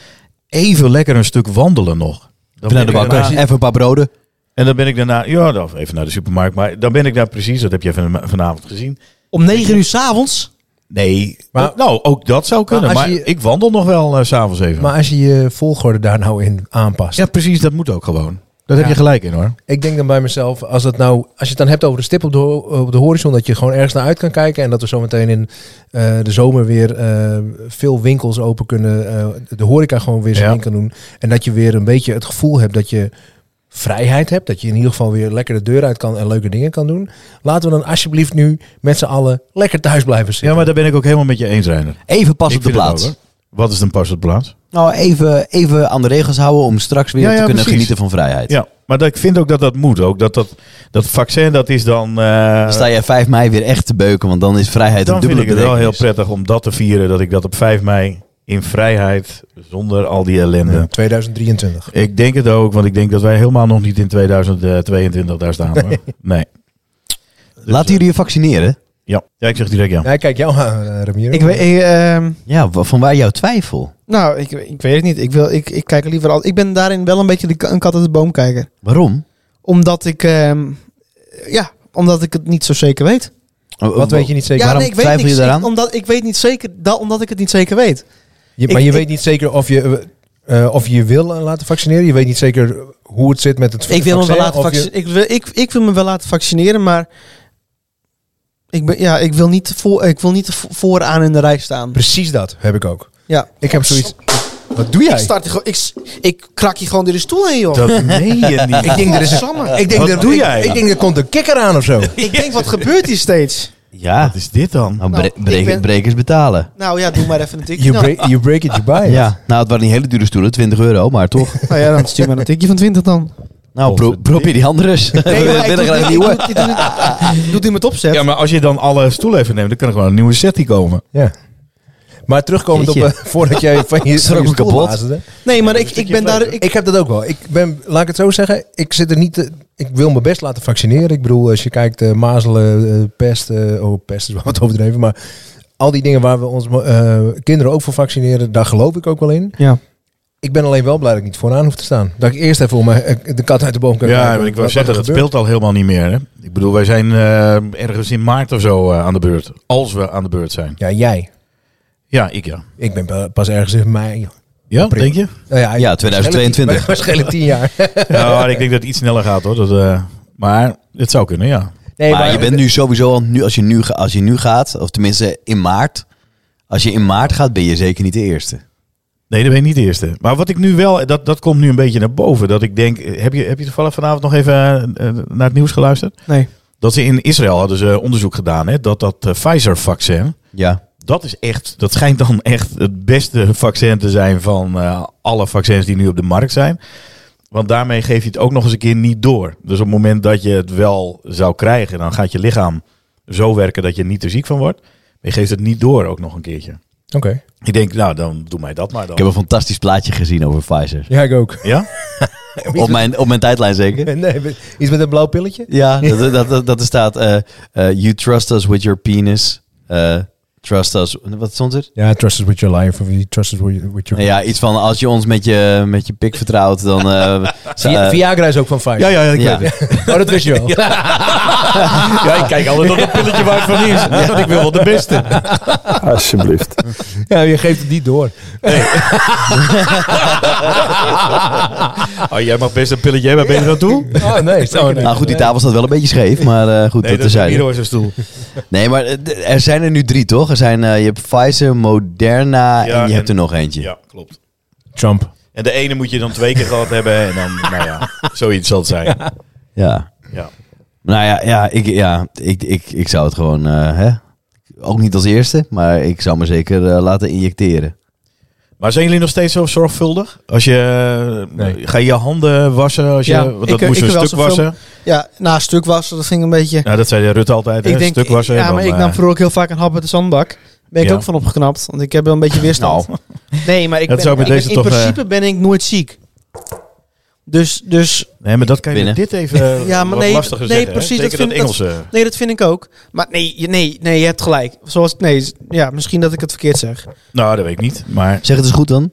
C: even lekker een stuk wandelen nog. Dan
A: Even naar de
C: ben ik
A: balkon,
C: daarna-
A: even een paar broden.
C: en dan ben ik daarna, ja, dan even naar de supermarkt. Maar dan ben ik daar precies, dat heb je van, vanavond gezien.
B: om negen uur s'avonds?
C: Nee,
D: Maar-
C: nou, ook dat zou kunnen.
D: Maar
C: Maar,
D: als je-
C: ik wandel nog wel eh, s s'avonds even.
D: Maar als je je volgorde daar nou in aanpast.
C: ja, precies, dat moet ook gewoon. Daar heb
D: Ja.
C: je gelijk in hoor.
D: Ik denk dan bij mezelf, als, dat nou, als je het dan hebt over de stip op de, ho- op de horizon, dat je gewoon ergens naar uit kan kijken en dat we zometeen in eh, de zomer weer eh, veel winkels open kunnen, eh, de horeca gewoon weer zijn
C: Ja.
D: ding kan doen. En dat je weer een beetje het gevoel hebt dat je vrijheid hebt, dat je in ieder geval weer lekker de deur uit kan en leuke dingen kan doen. Laten we dan alsjeblieft nu met z'n allen lekker thuis blijven zitten.
C: Ja, maar daar ben ik ook helemaal met je eens, Reiner.
A: Even pas
C: Ik
A: op de
C: vind het
A: plaats.
C: ook, hoor. Wat is dan pas op de plaats?
A: Nou, even, even aan de regels houden om straks weer
C: Ja,
A: te
C: ja,
A: kunnen
C: precies.
A: genieten van vrijheid.
C: Ja, maar dat, ik vind ook dat dat moet. Ook dat, dat, dat vaccin, dat is dan... eh,
A: Dan sta jij 5 mei weer echt te beuken, want dan is vrijheid
C: dan
A: een
C: vind
A: dubbele
C: ik het wel heel
A: betekenis.
C: prettig om dat te vieren. Dat ik dat op 5 mei in vrijheid, zonder al die ellende.
D: Ja, 2023.
C: Ik denk het ook, want ik denk dat wij helemaal nog niet in 2022 daar staan. hoor. Nee. dus, eh,
A: Laten jullie je vaccineren?
C: Ja. ja, ik zeg direct ja.
D: Ja, kijk jou aan, eh, Ramiro.
B: Ik weet... Ik, ehm,
A: Ja, wa- vanwaar jouw twijfel?
B: nou, ik, ik weet het niet. Ik, wil, ik, ik kijk er liever al. Ik ben daarin wel een beetje de, ka- een kat uit de boom kijker.
A: Waarom?
B: Omdat ik... ehm, ja, omdat ik het niet zo zeker weet.
D: Wat weet je niet zeker?
B: ja,
D: Waarom-
B: nee, ik weet
A: twijfel
B: niks
A: je daaraan?
B: zeker, Omdat, ik weet niet zeker dat, omdat ik het niet zeker weet.
D: Je- maar
B: Ik-
D: je
B: ik-
D: weet niet zeker of je, eh, eh, of je je wil eh, laten vaccineren. Je weet niet zeker hoe het zit met het
B: Ik wil, me wel
D: vaccin,
B: laten
D: of je-
B: vaccin- ik, wil, ik, ik wil me wel laten vaccineren, maar ik, ben, ja, ik, wil niet voor, ik wil niet vo- vooraan in de rij staan.
D: Precies dat heb ik ook.
B: Ja.
D: Ik heb zoiets. Wat doe jij?
F: Ik, start, die gewoon- ik, s- ik krak je gewoon door de stoel heen, joh.
C: Dat meen je niet.
D: Ik denk, er is
F: Samme.
D: ik denk,
C: Wat
D: dat,
C: doe
D: ik,
C: jij?
D: Ik denk, er komt een kikker aan of zo.
F: Ik denk, wat gebeurt hier steeds?
A: Ja.
C: Wat is dit dan?
A: Nou,
F: Nou,
A: bre-
F: ik
A: breek-
F: ben-
A: brekers betalen.
F: Nou ja, doe maar even een tikje.
D: You
F: Nou,
D: break, you break it, you buy it.
A: Ja, nou, het waren niet hele dure stoelen, 20 euro, maar toch.
B: Nou ja, dan stuur maar een tikje van 20 dan.
A: Nou, pro- probeer die andere eens. We
F: nee, maar ik
A: willen
F: doe
A: graag
F: het
A: een nieuwe.
F: niet. Ik doe het-
B: Doet iemand opzet?
C: Ja, maar als je dan alle stoelen even neemt, dan kan er gewoon een nieuwe settie komen.
D: Ja. Maar terugkomend op
A: Jeetje.
D: eh, voordat jij van je, van
A: Schrok
D: je
A: me
D: stoel
A: kapot.
D: wazelde.
B: Nee, maar ik, ik ben daar... Ik,
D: Ik heb dat ook wel. Ik ben, laat ik het zo zeggen, ik zit er niet. te- ik wil me best laten vaccineren. Ik bedoel, als je kijkt, eh, mazelen, eh, pest. eh, oh, pest is wel wat overdreven. Maar al die dingen waar we onze eh, kinderen ook voor vaccineren, daar geloof ik ook wel in.
B: ja.
D: Ik ben alleen wel blij dat ik niet vooraan hoef te staan. Dat ik eerst even om mijn, eh, de kat uit de boom kan
C: Ja,
D: kijken
C: maar
D: wat
C: ik wou
D: er
C: zeggen, dat
D: gebeurt.
C: speelt al helemaal niet meer. Hè? Ik bedoel, wij zijn eh, ergens in maart of zo eh, aan de beurt. Als we aan de beurt zijn.
D: Ja, jij.
C: Ja, ik ja.
D: Ik ben pa- pas ergens in mei.
C: Ja,
D: Prima.
C: denk je?
D: Nou ja,
A: Ja, 2022.
D: Waarschijnlijk tien jaar.
C: Ja, maar ik denk dat het iets sneller gaat hoor. Dat, eh, maar het zou kunnen, ja.
D: Nee,
A: maar, je bent nu sowieso, al- nu, als, je nu, ga- als je nu gaat, of tenminste in maart. Als je in maart gaat, ben je zeker niet de eerste.
C: Nee, dat ben ik niet de eerste. Maar wat ik nu wel, dat, dat komt nu een beetje naar boven. Dat ik denk, eh, heb je, heb je toevallig vanavond nog even eh, eh, naar het nieuws geluisterd?
B: Nee.
C: Dat ze in Israël hadden ze onderzoek gedaan, hè, dat dat eh, Pfizer-vaccin,
A: Ja.
C: dat is echt, dat schijnt dan echt het beste vaccin te zijn van eh, alle vaccins die nu op de markt zijn. Want daarmee geef je het ook nog eens een keer niet door. Dus op het moment dat je het wel zou krijgen, dan gaat je lichaam zo werken dat je er niet er ziek van wordt. Maar je geeft het niet door ook nog een keertje.
D: Oké.
C: Ik denk, nou, dan doe mij dat maar dan.
A: Ik heb een fantastisch plaatje gezien over Pfizer.
D: Ja, ik ook.
C: Ja?
A: Op mijn, op mijn tijdlijn zeker.
D: Nee, met- iets met een blauw pilletje?
A: Ja, dat, dat, dat, dat er staat, eh, eh, you trust us with your penis. eh, trust us, wat stond er?
D: Ja, trust us with your life. Of you trust us with
A: Nou
D: your...
A: ja, iets van als je ons met je, met je pik vertrouwt, dan... eh, z- eh,
D: Vi- Viagra is ook van Pfizer.
C: ja, ik
A: ja.
D: Oh, dat wist je wel.
C: Ja, ik kijk altijd op dat pilletje waar het van is. Want ik wil wel de beste.
G: Alsjeblieft.
D: Ja, je geeft het niet door.
C: Oh, jij mag best een pilletje hebben. Ben je er aan toe?
D: Oh, nee. zeker niet.
A: Nou goed, die tafel staat wel een beetje scheef, maar eh, goed, dat
C: is
A: terzijde.
C: hier zijn stoel.
A: Nee, maar eh, d- er zijn er nu drie, toch? Er zijn, eh, je hebt Pfizer, Moderna
C: Ja,
A: en je hebt er
C: en-
A: nog eentje.
C: Ja, klopt.
D: Trump.
C: En de ene moet je dan twee keer gehad hebben. En dan, nou ja, zoiets zal het zijn.
A: Ja.
C: Ja.
A: Nou ja, ja, ik, ja ik, ik, ik zou het gewoon, eh, hè? ook niet als eerste, maar ik zou me zeker eh, laten injecteren.
C: Maar zijn jullie nog steeds zo zorgvuldig? Als je, eh,
D: Nee.
C: Ga je je handen wassen? Als je,
B: Ja,
C: want
B: ik,
C: dat
B: eh,
C: moest
B: ik
C: een
B: wel
C: stuk
B: zoveel-
C: wassen.
B: Ja, na stuk was, dat ging een beetje...
C: Nou, dat zei Rutte altijd. hè,
B: ik denk,
C: stuk wassen.
B: ja,
C: en
B: maar
C: dan,
B: ik nou, nam
C: eh,
B: vroeger ook heel vaak een hap uit de zandbak. Ben ik
C: Ja.
B: ook van opgeknapt, want ik heb wel een beetje weerstand.
C: Nou.
B: Nee, maar ik
C: Dat
B: ben,
C: zou met
B: ik ben-
C: deze
B: in
C: toch, eh,
B: principe ben ik nooit ziek. Dus, dus
C: Nee, maar dat kan je met
A: Binnen.
C: dit even
B: Ja,
C: ja,
B: maar
C: maar
B: nee,
C: lastiger
B: nee,
C: zeggen. hè?
B: precies, dat
C: Zeker dat,
B: vind- dat-
C: Engelse.
B: nee, dat vind ik ook. Maar nee, je- nee, nee je hebt gelijk. Zoals, nee, ja, misschien dat ik het verkeerd zeg.
C: Nou, dat weet ik niet. Maar
A: Zeg het eens goed dan.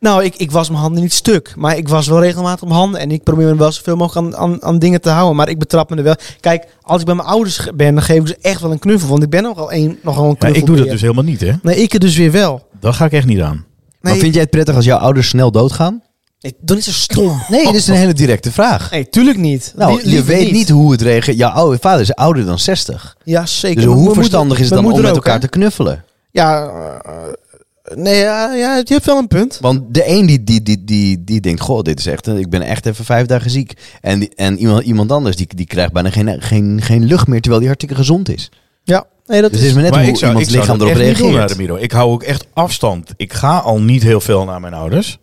B: Nou, ik, ik was mijn handen niet stuk. Maar ik was wel regelmatig op mijn handen. En ik probeer me wel zoveel mogelijk aan, aan, aan dingen te houden. Maar ik betrap me er wel. Kijk, als ik bij mijn ouders ge- ben, dan geef ik ze echt wel een knuffel. Want ik ben nogal een, nogal een
C: ja,
B: knuffel.
C: ik doe dat dus helemaal niet, hè?
B: Nee, ik het dus weer wel.
C: Dat ga ik echt niet aan.
B: Nee,
A: Maar vind jij het prettig als jouw ouders snel doodgaan?
B: nee, doe niet zo stom.
A: Nee, dat is een hele directe vraag.
B: Nee, tuurlijk niet.
A: Oh. Nou,
B: Lie-
A: je
B: liever
A: weet niet hoe het reageert. Jouw oude vader is ouder dan 60.
B: Ja, zeker.
A: Dus
B: Mijn
A: hoe
B: moeder-
A: verstandig is het
B: mijn
A: dan om met
B: moeder ook,
A: elkaar
B: hè?
A: te knuffelen?
B: Ja, eh, nee, ja, ja, je hebt wel een punt.
A: Want de een die, die, die, die, die denkt, goh, dit is echt, eh, ik ben echt even vijf dagen ziek. En, die- en iemand, iemand anders, die, die krijgt bijna geen, geen, geen lucht meer, terwijl die hartstikke gezond is.
B: Ja, nee, dat
A: Dus het is
B: is...
A: maar net
C: maar
A: hoe iemands
C: dat
A: lichaam
C: echt
A: erop
C: niet doen,
A: reageert.
C: Ramiro. Ik hou ook echt afstand. Ik ga al niet heel veel naar mijn ouders.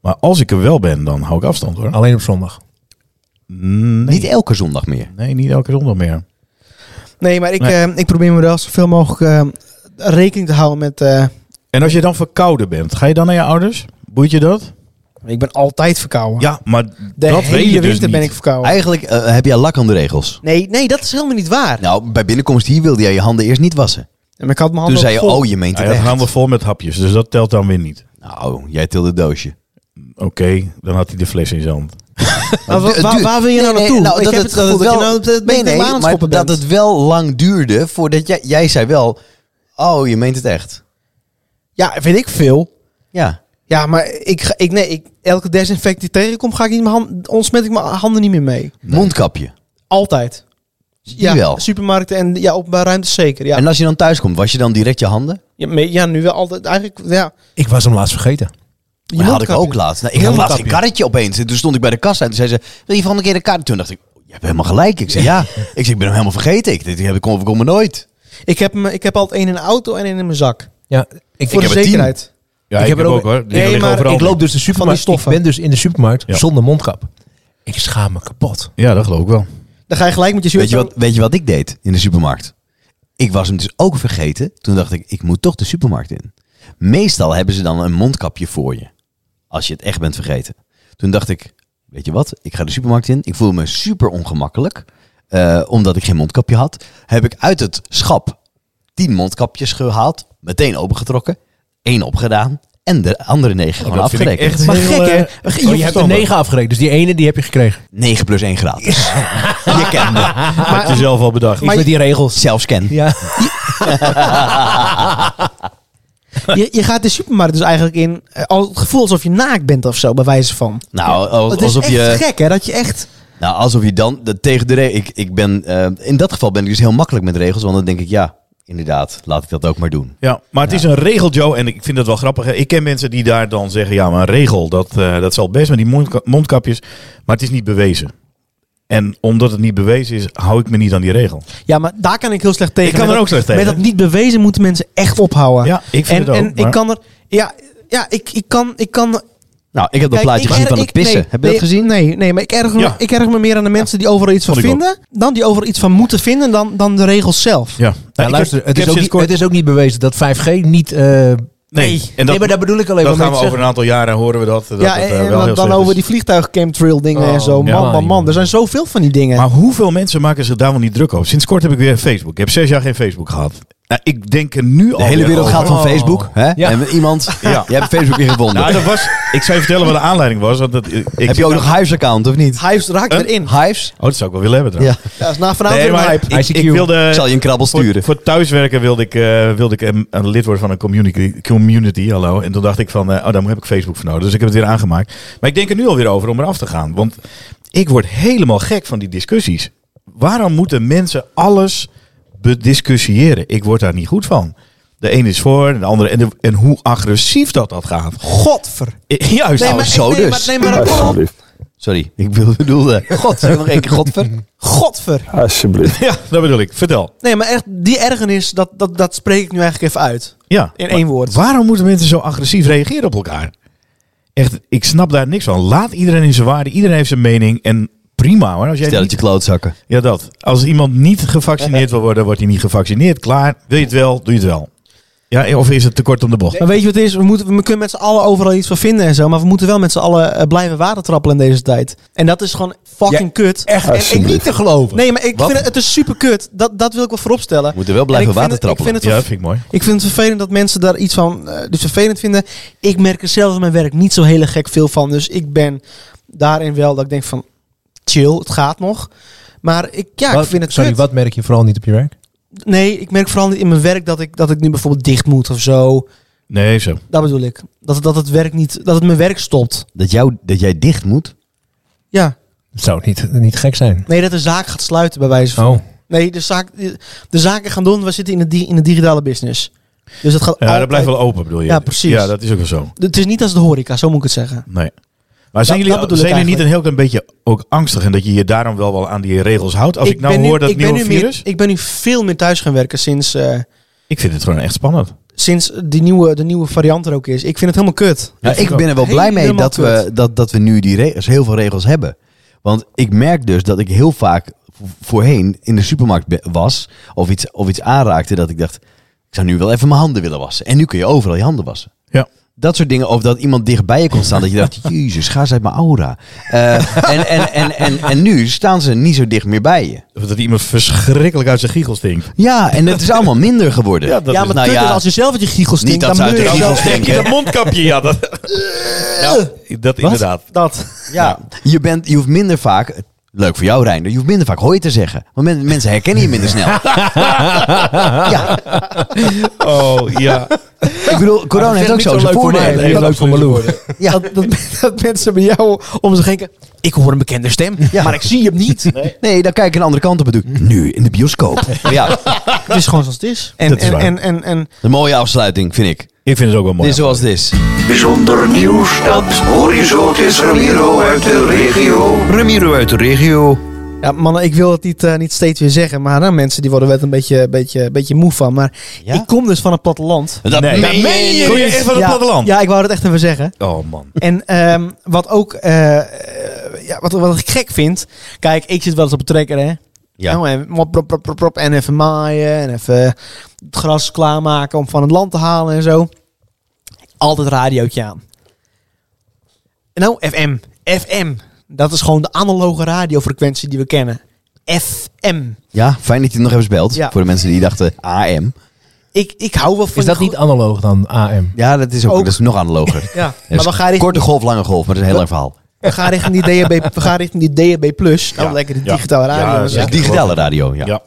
C: Maar als ik er wel ben, dan hou ik afstand hoor.
D: Alleen op zondag.
C: Nee,
A: Niet elke zondag meer.
C: nee niet elke zondag meer.
B: Nee, maar ik,
C: Nee.
B: eh, ik probeer me wel zoveel mogelijk eh, rekening te houden met... eh,
C: En als je dan verkouden bent, ga je dan naar je ouders? Boeit je dat?
B: ik ben altijd verkouden.
C: Ja, maar
B: De
C: dat
B: hele
C: weet je dus
B: winter
C: niet.
B: ben ik verkouden.
A: Eigenlijk eh, heb jij lak aan de regels.
B: Nee, nee, dat is helemaal niet waar.
A: Nou, bij binnenkomst hier wilde jij je handen eerst niet wassen.
B: En ik had mijn
A: Toen
B: handen
A: zei
B: ook
A: je,
B: vol. Nou
A: oh, je meent
C: Hij
A: het
C: had
A: echt.
C: handen vol met hapjes, dus dat telt dan weer niet.
A: Nou, jij tilde het doosje.
C: Oké, dan had hij de fles in zijn hand.
B: Maar wa-
A: Het
B: wa-
A: duurt-
B: waar wil je nou
A: Nee, nee,
B: naartoe?
A: nou,
B: ik
A: dat
B: heb
A: het-
B: het gevoel dat,
A: dat het
B: je
A: wel-
B: nou op de
A: Nee,
B: nee,
A: nee,
B: aan het
A: maar
B: schoppen
A: dat
B: bent.
A: het wel lang duurde voordat jij, jij zei wel, oh, je meent het echt.
B: Ja, weet ik veel.
A: Ja.
B: Ja, maar ik, ga- ik, nee, ik, elke desinfect die ik tegenkom, ga ik niet mijn hand, ontsmet ik mijn handen niet meer mee.
A: Mondkapje.
B: Altijd.
A: Die wel.
B: supermarkten en ja, openbare ruimtes zeker. Ja.
A: En als je dan thuis komt, was je dan direct je handen?
B: Ja, me- ja, nu wel altijd. Eigenlijk, ja.
D: Ik was hem laatst vergeten.
B: je
A: Maar had ik
B: mondkapje.
A: ook laatst. Nou, ik had laatst een
D: Mondkapje.
A: karretje opeens. En toen stond ik bij de kassa en toen zei ze, wil je van een keer een karretje? Toen dacht ik, "Oh, je hebt helemaal gelijk. Ik zei, ja. Ik zei, ik ben hem helemaal vergeten. Ik, dit heb ik overkomt me nooit.
B: Ik heb, me- ik heb altijd één in de auto en één in mijn zak.
D: Ja, ik,
B: Voor
D: ik
B: de
A: er tien.
B: zekerheid.
C: Ja,
D: Ik
C: ik,
D: heb
C: heb
D: er
C: ook,
D: ook-
C: hoor. Die
B: Nee,
C: liggen
B: maar
C: overal.
D: ik loop dus de supermarkt. Ik
B: stoffen.
D: ben dus in de supermarkt
C: Ja.
D: zonder mondkap. Ik schaam me kapot.
C: Ja, dat geloof ik wel.
B: Dan ga je gelijk met je
A: Weet
B: shirt
A: je,
B: aan.
A: wat, weet je wat ik deed in de supermarkt? Ik was hem dus ook vergeten. Toen dacht ik, ik moet toch de supermarkt in. Meestal hebben ze dan een mondkapje voor je. Als je het echt bent vergeten. Toen dacht ik, weet je wat? Ik ga de supermarkt in. Ik voel me super ongemakkelijk. eh, omdat ik geen mondkapje had. Heb ik uit het schap tien mondkapjes gehaald. Meteen opengetrokken. één opgedaan. En de andere negen gewoon
C: dat vind ik
A: afgerekend.
C: echt
A: maar
C: heel,
A: gek
C: eh,
A: hè?
D: Oh, Je, hebt er negen afgerekend, dus die ene die heb je gekregen.
A: 9 plus 1 gratis. je kent me.
B: Ah,
C: Had je zelf al bedacht.
D: Ik met die regels.
A: Zelfs ken.
D: Ja.
B: Je, je gaat de supermarkt dus eigenlijk in. eh, Al het gevoel alsof je naakt bent of zo, bij wijze van.
A: Nou, als-
B: Het is
A: alsof
B: echt
A: je...
B: gek, hè? Dat je echt.
A: Nou, alsof je dan de, tegen de re- Ik, ik ben, eh, in dat geval ben ik dus heel makkelijk met regels. Want dan denk ik, ja, inderdaad, laat ik dat ook maar doen.
C: Ja, maar het is een regel, Joe. En ik vind dat wel grappig. hè. Ik ken mensen die daar dan zeggen... ja, maar een regel, dat, eh, dat zal best met die mondka- mondkapjes. Maar het is niet bewezen. En omdat het niet bewezen is, hou ik me niet aan die regel.
B: Ja, maar daar kan ik heel slecht tegen.
C: Ik kan
B: Met
C: er
B: dat-
C: ook slecht
B: Met
C: tegen.
B: dat niet bewezen moeten mensen echt ophouden.
C: Ja, ik vind
B: en,
C: het ook.
B: En
C: maar-
B: ik kan er. Ja, ja ik, ik kan. Ik kan
A: Nou, ik heb dat
B: Kijk,
A: plaatje
B: ik
A: gezien
B: erg-
A: van het
B: ik-
A: pissen.
B: nee,
A: Heb je dat
B: nee,
A: gezien?
B: Nee, nee maar ik erg, me,
C: Ja.
B: ik erg me meer aan de mensen die overal iets van
C: Vond ik ook.
B: vinden. Dan die overal iets van moeten vinden, dan, dan de regels zelf.
C: Ja,
D: Ja,
C: Nou, ik
D: luister,
C: heb-
D: het,
C: ik
D: is
C: heb
D: ook
C: sinds
D: niet,
C: kort-
D: het is ook niet bewezen dat 5G niet... eh,
C: Nee, en dat,
D: nee, maar daar bedoel ik alleen
C: dat
D: maar
C: gaan we
D: mee
C: over
D: te
C: een aantal jaren horen we dat. dat
B: ja,
C: het, eh,
B: en,
C: wel
B: dan,
C: heel slecht
B: dan
C: is.
B: over die vliegtuigcamtrail dingen
D: Oh,
B: en zo. Man,
C: ja,
B: man, man.
D: jongen.
B: Er zijn zoveel van die dingen.
C: Maar hoeveel mensen maken zich daar wel niet druk over? Sinds kort heb ik weer Facebook. Ik heb zes jaar geen Facebook gehad. Nou, ik denk er nu al.
A: De hele wereld gaat van
D: Oh.
A: Facebook. Hè?
D: Ja.
A: En iemand,
C: Ja.
A: jij hebt Facebook weer gevonden.
C: Nou, dat was. Ik zou je vertellen wat de aanleiding was. Want dat, ik,
A: heb je ook nog Hives-account, of niet?
B: Hives raakt
C: Huh?
B: erin.
A: Hives?
C: Oh, dat zou ik wel willen hebben.
A: Ja.
C: trouwens.
B: Ja, is na vanavond
C: Nee,
B: weer een
C: maar
B: hype.
D: ICQ.
C: ik, ik wilde.
A: Ik zal je een krabbel sturen.
C: Voor, voor thuiswerken wilde ik, eh, wilde ik een, een lid worden van een community, community. Hallo. En toen dacht ik van, eh, oh, daar heb ik Facebook voor nodig. Dus ik heb het weer aangemaakt. Maar ik denk er nu alweer over om eraf te gaan. Want ik word helemaal gek van die discussies. Waarom moeten mensen alles bediscussiëren? Ik word daar niet goed van. De ene is voor, en de andere. En, de- en hoe agressief dat, dat gaat.
B: Godver.
C: I- Juist.
B: Nee,
A: Nou,
B: maar,
A: zo
B: nee,
A: dus.
B: maar, nee, maar dat komt-
A: Sorry, ik bedoelde... God, zeg nog één keer Godver.
B: Godver.
G: Alsjeblieft.
C: Ja, dat bedoel ik. Vertel.
B: Nee, maar echt, die ergernis, dat, dat, dat spreek ik nu eigenlijk even uit.
C: Ja.
B: In
C: Maar
B: één woord.
C: Waarom moeten mensen zo agressief reageren op elkaar? Echt, ik snap daar niks van. Laat iedereen in zijn waarde. Iedereen heeft zijn mening. En prima hoor. Als jij
A: Stel dat
C: niet-
A: je klootzakken.
C: Ja, dat. Als iemand niet gevaccineerd wil worden, wordt hij niet gevaccineerd. Klaar. Wil je het wel, doe je het wel. Ja, of is het tekort om de bocht?
B: Maar weet je wat het is? We, moeten, we kunnen met z'n allen overal iets van vinden en zo. Maar we moeten wel met z'n allen eh, blijven watertrappelen in deze tijd. En dat is gewoon fucking kut.
D: zeggen. Echt, en- en niet te geloven.
B: Nee, maar ik
D: Wat?
B: vind het, het is super kut. Dat, dat wil ik wel vooropstellen.
A: We moeten wel blijven
B: En ik vind het-
A: watertrappelen.
B: Ik vind, het,
C: Ja, dat
B: verve-
C: vind ik mooi.
B: ik vind het vervelend dat mensen daar iets van eh, dus vervelend vinden. Ik merk er zelf in mijn werk niet zo heel gek veel van. Dus ik ben daarin wel dat ik denk van chill, het gaat nog. Maar ik, ja,
D: Wat-
B: ik vind het
D: sorry,
B: kut.
D: wat merk je vooral niet op je werk?
B: Nee, ik merk vooral niet in mijn werk dat ik, dat ik nu bijvoorbeeld dicht moet of zo.
C: Nee, zo.
B: Dat bedoel ik. Dat, dat het werk niet, dat het mijn werk stopt.
A: Dat, jou, dat jij dicht moet.
B: Ja.
D: Dat zou niet, niet gek zijn.
B: Nee, dat de zaak gaat sluiten bij wijze van.
D: Oh,
B: Nee, de, zaak, de zaken gaan doen. We zitten in de, di- in de digitale business. Dus dat gaat
C: Ja,
B: altijd-
C: dat blijft wel open, bedoel je?
B: Ja, precies.
C: Ja, dat is ook wel zo.
B: Het is niet als de horeca, zo moet ik het zeggen.
C: Nee. Maar zijn
B: dat
C: jullie,
B: bedoel ik
C: zijn jullie niet
B: eigenlijk.
C: een heel klein beetje ook angstig en dat je je daarom wel, wel aan die regels houdt? Als ik, nou
B: ben nu-
C: hoor dat
B: ik ben
C: nieuwe
B: nu meer-
C: virus,
B: ik ben nu veel meer thuis gaan werken sinds, eh,
C: ik vind het gewoon echt spannend.
B: sinds die nieuwe, de nieuwe variant er ook is. Ik vind het helemaal kut.
A: Ja,
C: vind
A: ik
C: ik
A: ben er wel blij mee
B: Helemaal
A: dat we, dat, dat we nu die regels, heel veel regels hebben. Want ik merk dus dat ik heel vaak vo- voorheen in de supermarkt be- was of iets, of iets aanraakte dat ik dacht, ik zou nu wel even mijn handen willen wassen. En nu kun je overal je handen wassen.
C: Ja.
A: Dat soort dingen, of dat iemand dichtbij je kon staan, dat je dacht, jezus, ga eens uit mijn aura. Eh, en, en, en, en, en nu staan ze niet zo dicht meer bij je.
C: Of dat iemand verschrikkelijk uit zijn giegel stinkt.
A: Ja, en het is allemaal minder geworden.
C: Ja, dat
B: ja,
C: is-
B: maar
A: nou
B: kut
A: ja.
B: is als je zelf uit je giegel stinkt,
A: dat
B: dan
A: ze uit
B: moet je
A: de
B: zelf-
A: giegel stinken.
C: dat mondkapje, ja. Dat, ja, dat inderdaad.
B: dat.
A: Ja, Nou, je, bent, je hoeft minder vaak. Leuk voor jou, Reinder. Je hoeft minder vaak hooi te zeggen. Want men- mensen herkennen je minder snel. ja,
C: Oh, ja.
A: ik bedoel, corona heeft ook zo zijn
D: leuk voor mij.
A: voordelen.
D: leuk voor Malou.
A: Ja,
B: Dat, dat, dat mensen bij jou om zich heen kijken. ik hoor een bekende stem, maar ik zie hem niet.
A: Nee, dan kijk ik een andere kant op. en doe ik, Nu in de bioscoop. ja, dat
B: Het is gewoon zoals het is. En,
C: Dat is
B: en,
C: waar.
B: en, en, en
A: is een mooie afsluiting, vind ik.
C: Ik vind het ook wel
A: Dit
C: mooi.
A: is zoals het is.
G: Bijzonder nieuws dat Horizon is Ramiro uit de regio.
A: Ramiro uit de regio.
B: Ja, mannen, ik wil het niet, eh, niet steeds weer zeggen, maar nou, mensen die worden er wel een beetje, beetje, beetje moe van. Maar
A: Ja?
B: ik kom dus van het platteland.
A: Dat
C: Nee.
A: meen
C: Dat
A: je
C: Kom je
A: niet.
C: echt van het
B: ja,
C: platteland?
B: Ja, ik wou het echt even zeggen.
C: Oh man.
B: En ehm, wat ook, eh, eh, ja, wat, wat ik gek vind. Kijk, ik zit wel eens op een trekker, hè.
A: Ja.
B: Oh, en, mop, prop, prop, prop, prop, en even maaien en even het gras klaarmaken om van het land te halen en zo. Altijd radiootje aan. En nou, FM. FM. Dat is gewoon de analoge radiofrequentie die we kennen. FM.
A: ja, fijn dat je het nog even belt.
B: Ja.
A: Voor de mensen die dachten AM.
B: Ik, ik hou wel van...
D: Is dat
B: die
D: niet analoog dan, AM?
A: Ja, dat is ook,
B: Ook.
A: Dat is nog analoger.
B: Ja,
A: Ja,
B: maar
A: dus
B: we gaan, richting,
A: Korte golf, lange golf, maar dat is een heel lang verhaal.
B: we gaan richting die DAB, we gaan richting die DAB+. Nou,
C: Ja.
B: lekker de
C: Ja.
B: digitale radio.
C: Ja,
B: Dat is
A: Dus
C: zeker.
A: digitale radio, ja.
C: Ja.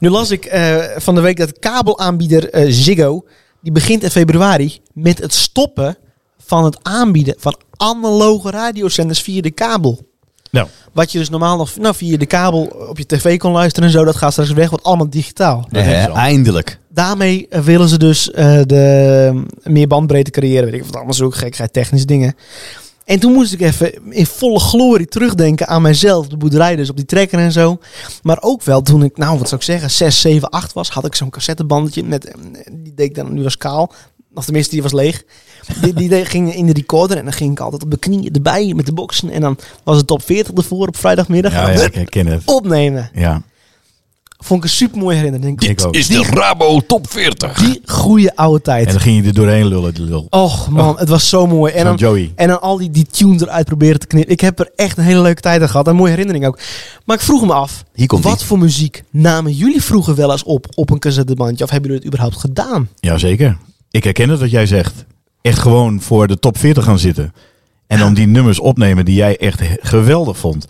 B: Nu las ik eh, van de week dat kabelaanbieder eh, Ziggo... die begint in februari met het stoppen van het aanbieden... van analoge radiozenders via de kabel.
C: Nou,
B: Wat je dus normaal nog nou, via de kabel op je tv kon luisteren en zo... dat gaat straks weg, wordt allemaal digitaal.
A: Eh,
C: is zo.
A: eindelijk.
B: Daarmee eh, willen ze dus eh, de eh, meer bandbreedte creëren. Weet ik wat anders ook gekheid, technische dingen. En toen moest ik even in volle glorie terugdenken aan mijzelf. De boerderij dus op die trekker en zo. Maar ook wel toen ik, nou wat zou ik zeggen, 6, 7, 8 was. Had ik zo'n cassettebandetje met, eh, die deed ik dan, nu was kaal. Of tenminste, die was leeg. Die, die deed- ging in de recorder en dan ging ik altijd op de knieën erbij met de boxen. En dan was het top 40 ervoor op vrijdagmiddag.
C: ja,
B: En
C: ja,
B: dan
C: ik herken het.
B: Opnemen.
C: Ja,
B: Vond ik een super mooi herinnering.
C: ik ook.
G: Is de Rabo top 40.
B: Die goede oude tijd.
C: En dan ging je er doorheen lullen, die lul.
B: Och man, het was zo mooi. Oh, En
C: Oh. Zo'n
B: dan,
C: Joey.
B: en dan al die, die tunes eruit proberen te knippen. Ik heb er echt een hele leuke tijd aan gehad. Een mooie herinnering ook. Maar ik vroeg me af,
A: Hier komt
B: wat
A: die.
B: voor muziek namen jullie vroeger wel eens op op een cassettebandje? Of hebben jullie het überhaupt gedaan?
C: Jazeker. Ik herken het wat jij zegt. Echt gewoon voor de top 40 gaan zitten. En dan die nummers opnemen die jij echt he- geweldig vond.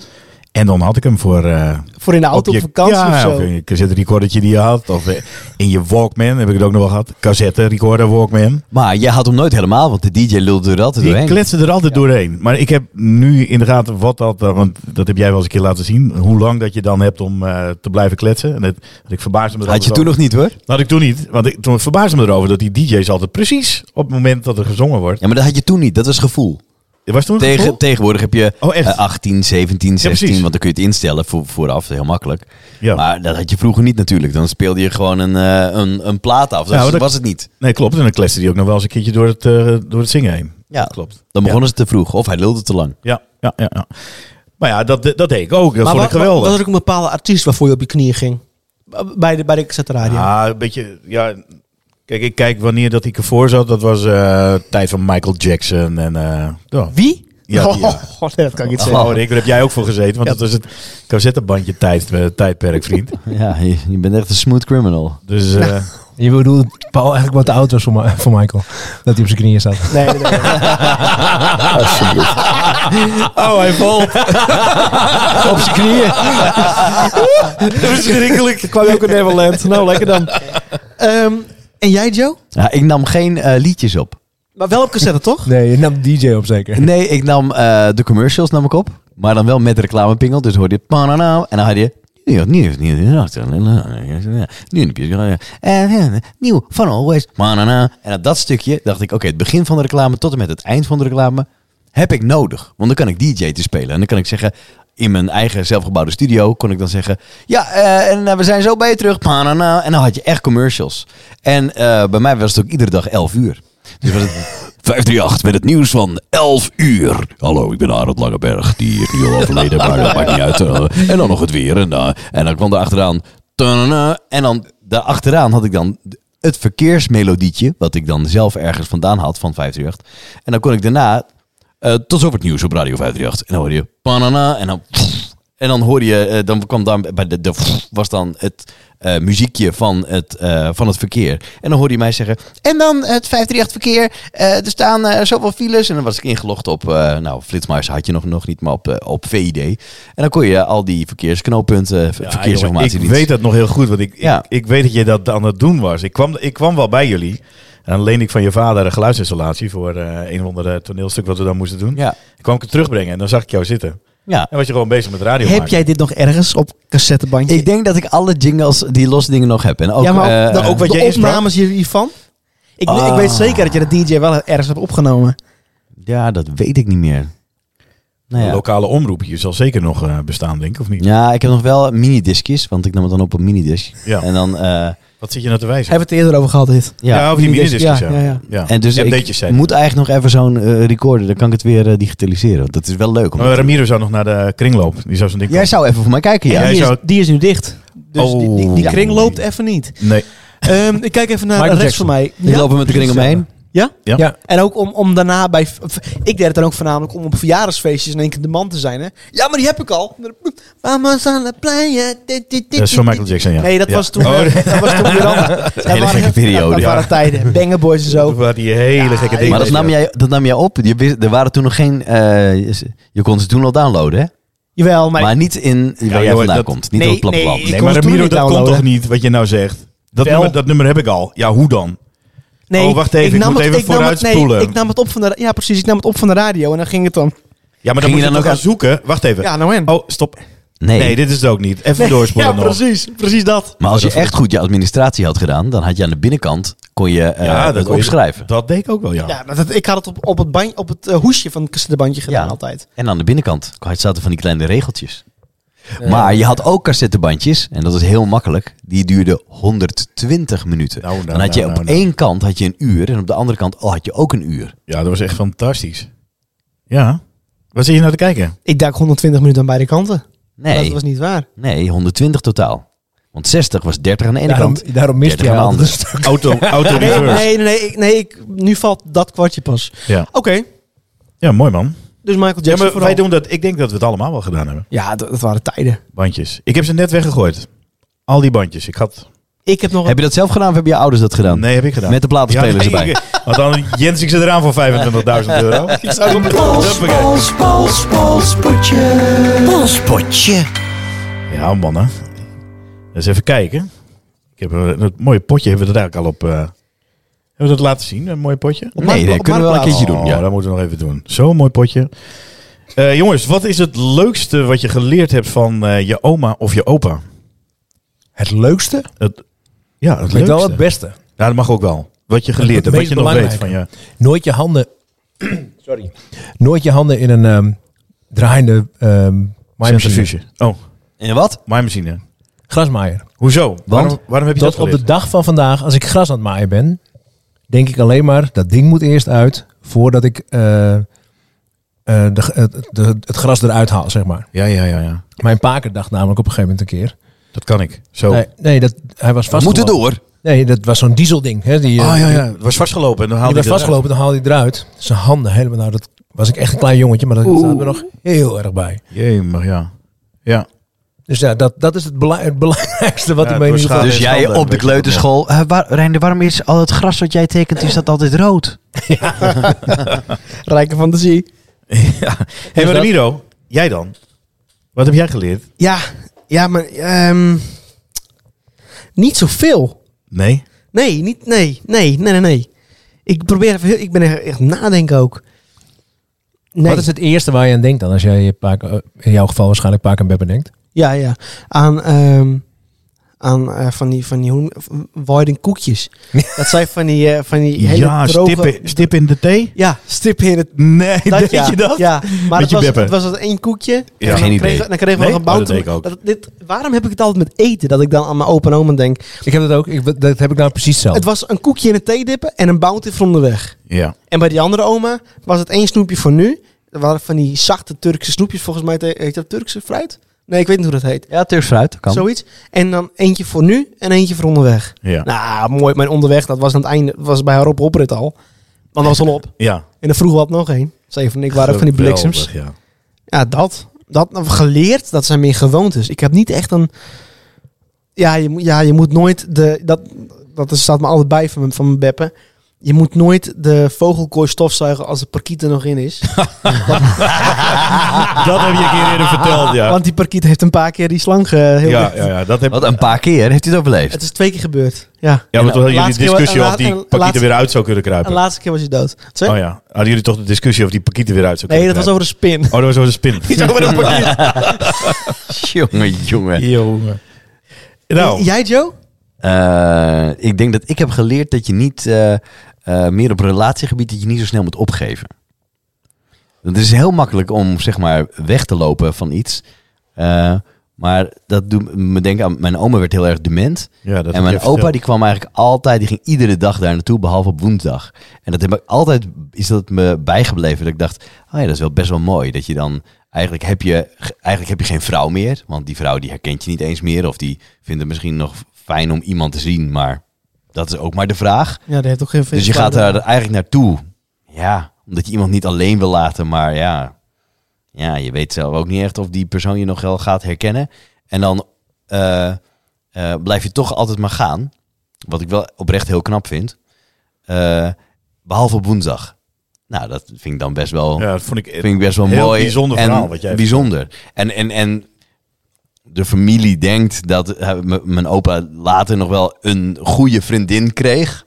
C: En dan had ik hem voor... eh,
B: Voor in de auto op,
C: je-
B: vakantie
C: ja,
B: of zo?
C: in je cassette recordertje die je had. Of eh, in je Walkman, heb ik het ook nog wel gehad. Cassette recorder, Walkman.
A: Maar jij had hem nooit helemaal, want de DJ lulde er altijd
C: Die
A: doorheen.
C: kletsen er altijd doorheen. Maar ik heb nu in de gaten wat dat... eh, Want dat heb jij wel eens een keer laten zien. Hoe lang dat je dan hebt om eh, te blijven kletsen. En het, ik verbaasde me er
A: Had je
C: altijd
A: toen nog niet hoor.
C: Dat had ik toen niet. Want ik, toen verbaasde me erover dat die DJ's altijd precies op het moment dat er gezongen wordt.
A: Ja, maar dat had je toen niet. Dat was gevoel.
C: Er was toen een
A: Tegen,
C: gevoel?
A: Tegenwoordig heb je
C: Oh, echt?
A: eh, 18, 17, 16,
C: precies.
A: want dan kun je het instellen voor, vooraf, heel makkelijk.
C: Ja.
A: Maar dat had je vroeger niet natuurlijk. Dan speelde je gewoon een, eh, een, een plaat af. Dat,
C: Nou, dat-
A: was het niet.
C: Nee, klopt. En dan kleste die ook nog wel eens een keertje door het, eh, door het zingen heen.
A: Ja.
C: klopt.
A: Dan begonnen ze te vroeg, of hij lulde te lang.
C: Ja, ja, ja. ja. Maar ja, dat, dat deed ik ook. Dat
B: maar
C: vond
B: wat,
C: ik geweldig.
B: was er ook een bepaalde artiest waarvoor je op je knieën ging? Bij de, bij de cassette radio.
C: Ja, een beetje. Ja, kijk, ik kijk wanneer dat ik ervoor zat. Dat was eh tijd van Michael Jackson en. eh, ja.
B: Wie?
C: Ja, die, ja.
B: Oh, god, nee, dat kan ik niet zeggen.
C: Oh, Rick, daar heb jij ook voor gezeten, want dat was het cassettebandje tijd, eh, tijdperk, vriend.
A: Ja, je, je bent echt een smooth criminal.
C: Dus eh,
D: Je bedoelt Paul eigenlijk wat te oud was voor, Ma- voor Michael. Dat hij op zijn knieën staat.
B: Nee, nee, nee. Nou.
A: Oh, hij valt.
D: op zijn knieën.
B: Verschrikkelijk. kwam je ook in Neverland. Nou, lekker dan. Ehm, en jij, Joe?
A: Ja, ik nam geen eh, liedjes op.
B: Maar wel op cassette, toch?
D: Nee, je nam DJ op zeker.
A: Nee, ik nam eh, de commercials nam ik op. Maar dan wel met reclamepingel. Dus hoorde je... panana, En dan had je... Nieuw, nieuw, nieuw, nieuw, nieuw, nieuw, en nieuw, van always, manana. En aan dat stukje dacht ik, oké, het begin van de reclame tot en met het eind van de reclame heb ik nodig. Want dan kan ik DJ te spelen. En dan kan ik zeggen, in mijn eigen zelfgebouwde studio, kon ik dan zeggen, ja, eh, en eh, we zijn zo bij je terug, manana. En dan had je echt commercials. En eh, bij mij was het ook iedere dag 11 uur. Dus was het 538 met het nieuws van 11 uur. Hallo, ik ben Arend Langeberg, die is nu al overleden, maar dat maakt niet uit. Eh, en dan nog het weer. En, eh, en dan kwam er achteraan. tadada. En dan daarachteraan had ik dan het verkeersmelodietje, wat ik dan zelf ergens vandaan had van 538. En dan kon ik daarna eh, tot zover het nieuws op Radio 538. En dan hoorde je panana en dan... En dan hoorde je, eh, dan kwam daar bij de, de was dan het eh, muziekje van het, eh, van het verkeer. En dan hoorde je mij zeggen, en dan het 538 verkeer, eh, er staan eh, zoveel files. En dan was ik ingelogd op, eh nou Flitsmars had je nog, nog niet, maar op, eh, op VID. En dan kon je al die verkeersknooppunten, ver-
C: ja,
A: verkeersinformatie
C: jongen, Ik weet dat nog heel goed, want ik,
A: Ja.
C: ik, ik weet dat je dat aan het doen was. Ik kwam, ik kwam wel bij jullie. En dan leende ik van je vader een geluidsinstallatie voor eh, een of ander eh, toneelstuk wat we dan moesten doen.
A: Ja.
C: Ik kwam ik het terugbrengen en dan zag ik jou zitten.
A: Ja.
C: En was je gewoon bezig met radio
B: Heb
C: maken.
B: jij dit nog ergens op cassettebandje?
A: Ik denk dat ik alle jingles, die los dingen nog heb. En ook,
B: ja, maar
A: eh,
B: ook, dan
A: eh,
B: ook wat de
C: jij insprak?
B: opnames hier- hiervan? Ik,
A: Ah.
B: ik weet zeker dat je de DJ wel ergens hebt opgenomen.
A: ja, dat weet ik niet meer. Nou
C: Een
A: ja.
C: lokale omroep hier zal zeker nog eh, bestaan, denk ik, of niet?
A: ja, ik heb nog wel minidiskjes, want ik nam het dan op een minidisc.
C: Ja.
A: En dan... eh,
C: Wat zit je nou te wijzen?
B: Hebben we het eerder over gehad dit?
C: ja, over die
B: minidisc,
C: minidiscs. Ja,
B: ja, ja, ja.
A: En dus ik
C: MD'tjes zijn.
A: moet eigenlijk nog even zo'n eh, recorder, dan kan ik het weer eh, digitaliseren. Want Dat is wel leuk. om
C: Maar
A: dat te doen.
C: Oh, Ramiro zou nog naar de kringloop. Die zou zo'n ding
A: Jij
C: kopen.
A: zou even voor mij kijken, ja.
C: Ja,
B: En
C: jij
B: die,
C: zou-
B: is, die is nu dicht. Dus die, die, die
C: Oh.
B: kring loopt even niet.
C: Nee.
B: Ehm, ik kijk even naar
D: Michael
B: rechts
D: Jackson.
B: van mij.
A: Die
B: Ja?
A: lopen met de kring omheen.
B: Ja?
C: Ja.
D: Ja.
B: En ook om, om daarna bij... v- Ik deed het dan ook voornamelijk om op verjaardagsfeestjes in één keer de man te zijn. Hè? Ja, maar die heb ik al. Mama's aan het pleien. dit, dit, dit,
C: Dat is van
B: dit,
C: Michael Jackson, ja.
B: Nee, dat
C: Ja.
B: was toen.
C: Oh,
B: eh, dat was toen weer anders. Dat
A: hele
B: waren-
A: gekke periode,
B: Dat
A: ja.
B: waren tijden. Banger Boys en
C: Toen
B: zo.
C: waren die hele
B: Ja,
C: gekke dingen.
A: Maar dat nam, jij, dat nam jij op. Je, wist- er waren toen nog geen... eh, je kon ze toen al downloaden, hè?
B: Jawel, maar,
A: Maar, niet in waar jij
C: joh,
A: vandaan
C: dat-
A: komt. Niet
B: Nee,
A: op het
B: nee,
A: plan.
B: ik
C: Nee,
B: kon
C: maar
B: het toen
C: Ramiro,
B: niet
C: dat komt
B: downloaden.
C: toch niet wat je nou zegt? Dat
D: Wel.
C: nummer, dat nummer heb ik al. Ja, hoe dan?
B: nee,
C: Oh, wacht even, ik moet even
B: nam
C: vooruit
B: het, nee,
C: spoelen.
B: ik nam het op van de, ra- ja, precies. Ik nam het op van de radio en dan ging het dan.
C: Ja, maar
A: Ging
C: dan moet
A: je
C: je
A: dan
C: dan ook
A: ook
C: gaan
A: aan-
C: zoeken. Wacht even.
B: Ja, nou en.
C: Oh, stop.
A: Nee.
C: Nee, dit is het ook niet. Even doorspoelen nog.
B: precies. Precies Oh, dat.
A: Maar als je echt goed je administratie had gedaan, dan had je aan de binnenkant kon je eh
C: Ja,
A: het
C: kon je-
A: opschrijven.
C: Dat deed ik ook wel, ja.
B: Ja, dat, ik had het op, op het, ban- op het eh, hoesje van het cassettebandje gedaan
A: Ja.
B: altijd.
A: En aan de binnenkant zaten van die kleine regeltjes. Maar je had ook cassettebandjes, en dat is heel makkelijk. Die duurden 120 minuten.
C: Nou, nou,
A: dan had je
C: nou,
A: op
C: nou, nou.
A: één kant had je een uur en op de andere kant oh, had je ook een uur.
C: Ja, dat was echt fantastisch. Ja. Wat zit je nou te kijken?
B: Ik duik 120 minuten aan beide kanten.
A: Nee,
B: Dat was niet waar.
A: nee 120 totaal. Want 60 was 30 aan de ene
D: Daarom,
A: kant.
D: daarom mist
A: 30
D: je
A: aan de
D: al.
A: andere.
C: Auto, auto
B: Nee,
C: reverse.
B: nee, nee, nee, ik, nee ik, nu valt dat kwartje pas.
C: Ja.
B: Oké,
C: ja, mooi man.
B: dus Michael
C: Ja,
B: Jackson
C: maar
B: vooral.
C: wij doen dat. Ik denk dat we het allemaal wel gedaan hebben.
B: Ja, dat, dat waren tijden.
C: Bandjes. Ik heb ze net weggegooid. Al die bandjes. Ik had...
B: Ik heb nog
A: Heb je dat zelf gedaan of hebben je ouders dat gedaan?
C: Nee, heb ik gedaan.
A: Met de platenspelers
C: Ja,
A: erbij.
C: ik- Want dan Jens, ik zit eraan voor 25.000 euro. Ik zou hem Huppakee.
G: Pols, pols, pols, potje.
A: Polspotje.
C: Ja, mannen. Eens even kijken. Ik heb een, dat mooie potje hebben we dat eigenlijk al op. eh, hebben we dat laten zien? Een mooi potje?
A: Nee, dat kunnen
B: op
A: we wel een
B: Marktplaats.
A: keertje doen.
C: Oh,
A: Ja.
C: dat moeten we nog even doen. Zo'n mooi potje. Eh, jongens, wat is het leukste wat je geleerd hebt van eh, je oma of je opa?
D: Het leukste?
C: Het, ja, het
D: Klinkt
C: leukste.
D: wel het beste.
C: Ja, dat mag ook wel. Wat je
D: Het
C: geleerd hebt, wat
D: meest
C: je nog weet van je.
D: belangrijke. Nooit je handen. Sorry. Nooit je handen in een ehm, draaiende ehm maaimachine.
C: Centrifuge. Oh,
A: En wat?
C: mijn machine.
D: Grasmaaier.
C: Hoezo? waarom, waarom heb je dat,
D: Tot op de
C: geleerd?
D: dag van vandaag, als ik gras aan het maaien ben, denk ik alleen maar dat ding moet eerst uit voordat ik eh, eh, de, het- de- het gras eruit haal, zeg maar.
C: Ja, ja, ja, ja.
D: Mijn paker dacht namelijk op een gegeven moment een keer.
C: Dat kan ik. Zo.
D: Nee, nee dat, hij was
A: We
D: vastgelopen.
A: moeten door.
D: Nee, dat was zo'n dieselding. Hè, die, eh,
C: Ah, ja, ja. Het was vastgelopen en
D: Die
C: dan haalde
D: werd
C: ik het eruit.
D: vastgelopen, dan haalde hij eruit. Zijn handen helemaal. Nou, dat was ik echt een klein jongetje, maar dat staat me nog heel erg bij.
C: Jemig, ja. Ja.
D: Dus ja, dat, dat is het, bela- het belangrijkste wat
C: Ja,
D: ik
C: het
D: mee
C: was
D: nu
C: schaam.
D: gaat.
A: Dus
C: is
A: jij
C: handig,
A: op de
C: weet je
A: kleuterschool. eh, waar, Reinder, waarom is al het gras wat jij tekent, is dat altijd rood?
B: rijke fantasie.
C: Hé, hey,
D: dat-
C: Ramiro, jij dan? Wat heb jij geleerd?
B: Ja, ja maar ehm, niet zoveel.
C: Nee.
B: Nee, niet, nee, nee, nee, nee, nee. Ik probeer even, heel- ik ben echt, echt nadenken ook. Nee.
D: Wat is het eerste waar je aan denkt dan? Als jij je paak, eh, in jouw geval waarschijnlijk paak en beppen denkt.
B: Ja, ja. Aan, ehm, aan eh, van die, van die hoe- van Warden koekjes. Dat zijn van die, eh, van die hele
C: ja,
B: droge...
C: stip, in- stip in de thee?
B: Ja, stippen in het...
C: Nee, deed
B: ja.
C: je dat?
B: Ja, maar
C: Met
B: het
C: je
B: was,
C: beppen.
B: het was dat één koekje.
C: Ja.
B: En dan
A: Geen idee.
B: kregen we- dan kregen we
C: Nee?
B: nog een
C: Oh, dat deed
B: bout.
C: ik ook.
B: dit, waarom heb ik het altijd met eten? Dat ik dan aan mijn opa en oma
C: Oh.
B: denk...
D: Ik heb dat ook. Ik, dat heb ik nou precies zelf.
B: Het was een koekje in een theedippen en een bounty van de weg.
C: Ja.
B: En bij die andere oma was het één snoepje voor nu. Dat waren van die zachte Turkse snoepjes. Volgens mij te- heet dat Turkse fruit? Nee, ik weet niet hoe dat heet.
A: Ja, Turks fruit. Kan.
B: Zoiets. En dan eentje voor nu en eentje voor onderweg.
C: Ja.
B: Nou, mooi. Mijn onderweg, dat was aan het einde, was bij haar op oprit al. Want dat was al op.
C: ja.
B: En dan vroeg wat nog een. Zeven en ik waren ook van die bliksems.
C: Geweldig, Ja.
B: Ja, dat. Dat nou, geleerd, dat zijn meer gewoontes. Ik heb niet echt een... Ja, je, moet- ja, je moet nooit de... Dat, dat staat me altijd bij van mijn, van mijn beppen. Je moet nooit de vogelkooi stofzuigen als de parkiet er nog in is.
C: Dat heb je een keer eerder verteld, ja.
B: Want die parkiet heeft een paar keer die slang ge... heel
C: ja, ja, ja, dat heb
A: Wat een paar keer heeft hij het overleefd.
B: Het is twee keer gebeurd. Ja.
C: Ja, maar toen hadden
B: laatste
C: jullie de
B: keer wa-
C: discussie
B: en
C: of
B: la-
C: die
B: en
C: pakieten
B: laatste-
C: weer uit zou kunnen kruipen.
B: En de laatste keer was hij dood. Wat zeg je?
C: Oh ja, hadden jullie toch de discussie of die pakieten weer uit zou
B: Nee,
C: kunnen
B: dat was
C: kruipen?
B: over de spin.
C: Oh, dat was over de spin.
A: Jongen, jongen.
C: nou,
B: Jij, Joe?
A: Eh, ik denk dat ik heb geleerd dat je niet eh, eh, meer op relatiegebied dat je niet zo snel moet opgeven. Het is heel makkelijk om zeg maar weg te lopen van iets. Eh, maar dat doet me denken aan mijn oma werd heel erg dement.
C: ja, dat
A: en mijn opa die kwam eigenlijk altijd, die ging iedere dag daar naartoe, behalve op woensdag. En dat heb ik altijd, is dat me bijgebleven. Dat ik dacht, oh ja, dat is wel best wel mooi. Dat je dan, eigenlijk heb je, eigenlijk heb je geen vrouw meer. Want die vrouw die herkent je niet eens meer. Of die vindt het misschien nog fijn om iemand te zien. Maar dat is ook maar de vraag.
B: Ja, dat heeft ook geen
A: Dus je gaat daar eigenlijk naartoe. Ja, omdat je iemand niet alleen wil laten, maar ja. Ja, je weet zelf ook niet echt of die persoon je nog wel gaat herkennen. En dan eh, eh, blijf je toch altijd maar gaan. Wat ik wel oprecht heel knap vind. Eh, behalve op woensdag. Nou, dat vind ik dan best wel,
C: Ja, dat vond ik...
A: vind ik best wel
C: Eh, heel
A: mooi.
C: bijzonder
A: en
C: verhaal wat jij hebt
A: Bijzonder. En, en, en de familie denkt dat eh, m- mijn opa later nog wel een goede vriendin kreeg.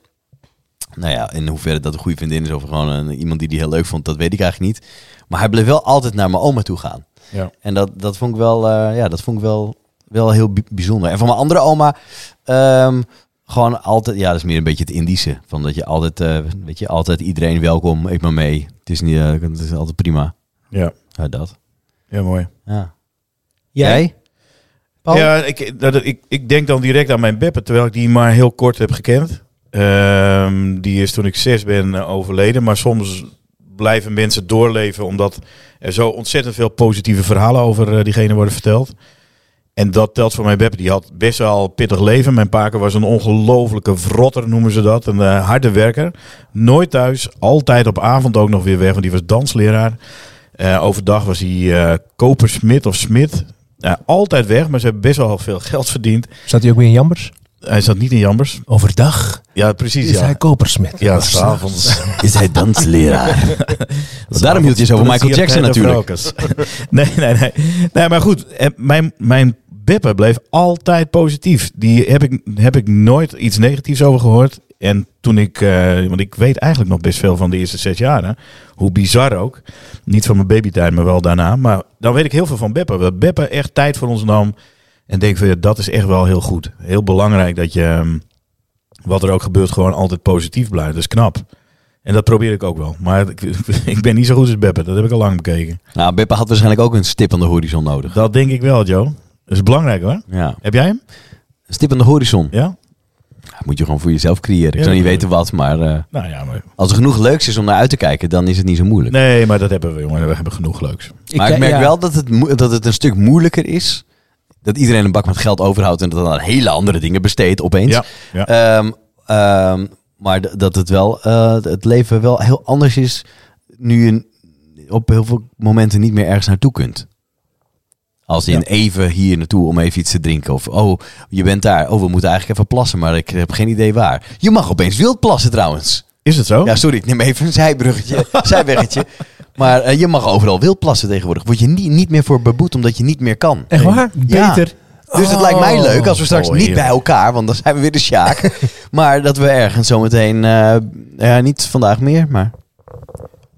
A: Nou ja, in hoeverre dat een goede vriendin is of gewoon een, iemand die die heel leuk vond, dat weet ik eigenlijk niet. Maar hij bleef wel altijd naar mijn oma toe gaan.
C: Ja.
A: En dat, dat vond ik wel, eh, ja, dat vond ik wel, wel heel bi- bijzonder. En van mijn andere oma, ehm, gewoon altijd, ja, dat is meer een beetje het Indische. Van dat je altijd, eh, weet je, altijd iedereen welkom, ik maar mee. Het is, niet, eh, het is altijd prima.
C: Ja,
A: Ja, dat.
C: ja mooi.
A: Ja.
B: Jij? Paul?
C: Ja, ik, dat, ik, ik denk dan direct aan mijn Beppe, terwijl ik die maar heel kort heb gekend. Ehm, die is toen ik zes ben eh, overleden. Maar soms blijven mensen doorleven omdat er zo ontzettend veel positieve verhalen over eh, diegene worden verteld. En dat telt voor mijn Beppe. Die had best wel een pittig leven. Mijn paker was een ongelofelijke vrotter, noemen ze dat. Een eh, harde werker. Nooit thuis. Altijd op avond ook nog weer weg, want die was dansleraar. Eh, overdag was hij eh, kopersmid of smid. Ja, altijd weg, maar ze hebben best wel veel geld verdiend.
D: Zat hij ook weer in Jambers?
C: Hij zat niet in Jambers.
D: Overdag
C: Ja, precies.
D: is hij
C: Ja,
D: kopersmid.
C: ja s'avonds.
A: Is hij dansleraar? Daarom hield je zo van Michael Jackson natuurlijk.
C: nee, nee, nee. Nee, maar goed. eh, Mijn, mijn Beppe bleef altijd positief. Die heb ik, heb ik nooit iets negatiefs over gehoord. En toen ik, eh, want ik weet eigenlijk nog best veel van de eerste zes jaren. Hoe bizar ook. Niet van mijn babytijd, maar wel daarna. Maar dan weet ik heel veel van Beppe. Dat Beppe echt tijd voor ons nam. En denk van, ja, dat is echt wel heel goed. Heel belangrijk dat je, ehm, wat er ook gebeurt, gewoon altijd positief blijft. Dat is knap. En dat probeer ik ook wel. Maar ik, ik ben niet zo goed als Beppe. Dat heb ik al lang bekeken.
A: Nou, Beppe had waarschijnlijk ook een stip aan de horizon nodig.
C: Dat denk ik wel, Joe. Dat is belangrijk hoor.
A: Ja.
C: Heb jij hem?
A: Een stip aan de horizon.
C: Ja?
A: Dat moet je gewoon voor jezelf creëren. Ik zou niet weten wat, maar eh,
C: Nou ja, maar...
A: als er genoeg leuks is om naar uit te kijken, dan is het niet zo moeilijk.
C: Nee, maar dat hebben we, jongen. We hebben genoeg leuks.
A: maar ik,
D: eh,
A: merk
D: ja.
A: wel dat het, moe- dat het een stuk moeilijker is. Dat iedereen een bak met geld overhoudt en dat dan aan hele andere dingen besteedt opeens.
C: Ja. Eh, ja.
A: Ehm, ehm, maar d- dat het wel, eh, het leven wel heel anders is nu je op heel veel momenten niet meer ergens naartoe kunt. Als in even hier naartoe om even iets te drinken. Of oh, je bent daar. Oh, we moeten eigenlijk even plassen, maar ik heb geen idee waar. Je mag opeens wild plassen trouwens.
C: Is het zo?
A: Ja, sorry, ik neem even een zijbruggetje, zijweggetje. Maar eh, je mag overal wild plassen tegenwoordig. Word je niet, niet meer voor beboet omdat je niet meer kan.
D: Echt waar?
A: Ja.
D: Beter.
A: Dus het lijkt mij leuk als we straks
C: Oh,
A: niet
C: heerlijk.
A: bij elkaar, want dan zijn we weer de Sjaak. maar dat we ergens zometeen, eh ja, niet vandaag meer, maar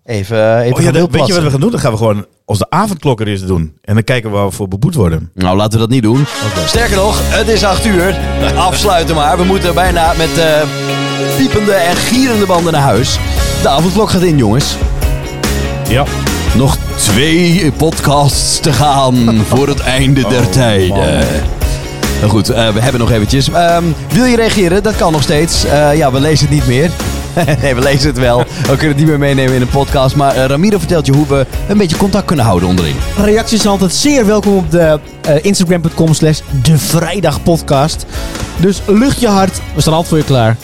A: even, eh, even
C: Oh,
A: gaan
C: ja, dat- weet je
A: wildplassen.
C: wat we gaan doen? Dan gaan we gewoon, als de avondklok er is, doen. En dan kijken we waar we voor beboet worden.
A: Nou, laten we dat niet doen. Sterker nog, het is acht uur. Afsluiten maar. We moeten bijna met eh, piepende en gierende banden naar huis. De avondklok gaat in, jongens.
C: Ja.
A: Nog twee podcasts te gaan voor het einde der tijden. Nou goed, eh, we hebben nog eventjes. Ehm, wil je reageren? Dat kan nog steeds. Eh, ja, we lezen het niet meer. nee, we lezen het wel. We kunnen het niet meer meenemen in een podcast. Maar eh, Ramiro vertelt je hoe we een beetje contact kunnen houden onderin.
B: Reacties zijn altijd zeer welkom op de eh, instagram.com slash de vrijdagpodcast. Dus lucht je hart, we staan altijd voor je klaar.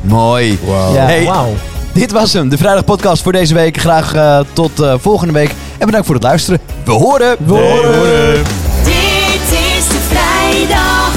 A: Mooi.
C: Wauw.
B: Ja,
A: Hey.
B: wauw.
A: Dit was hem, de Vrijdag Podcast voor deze week. Graag eh, tot eh, volgende week. En bedankt voor het luisteren. We horen.
B: We horen.
E: Dit is de vrijdag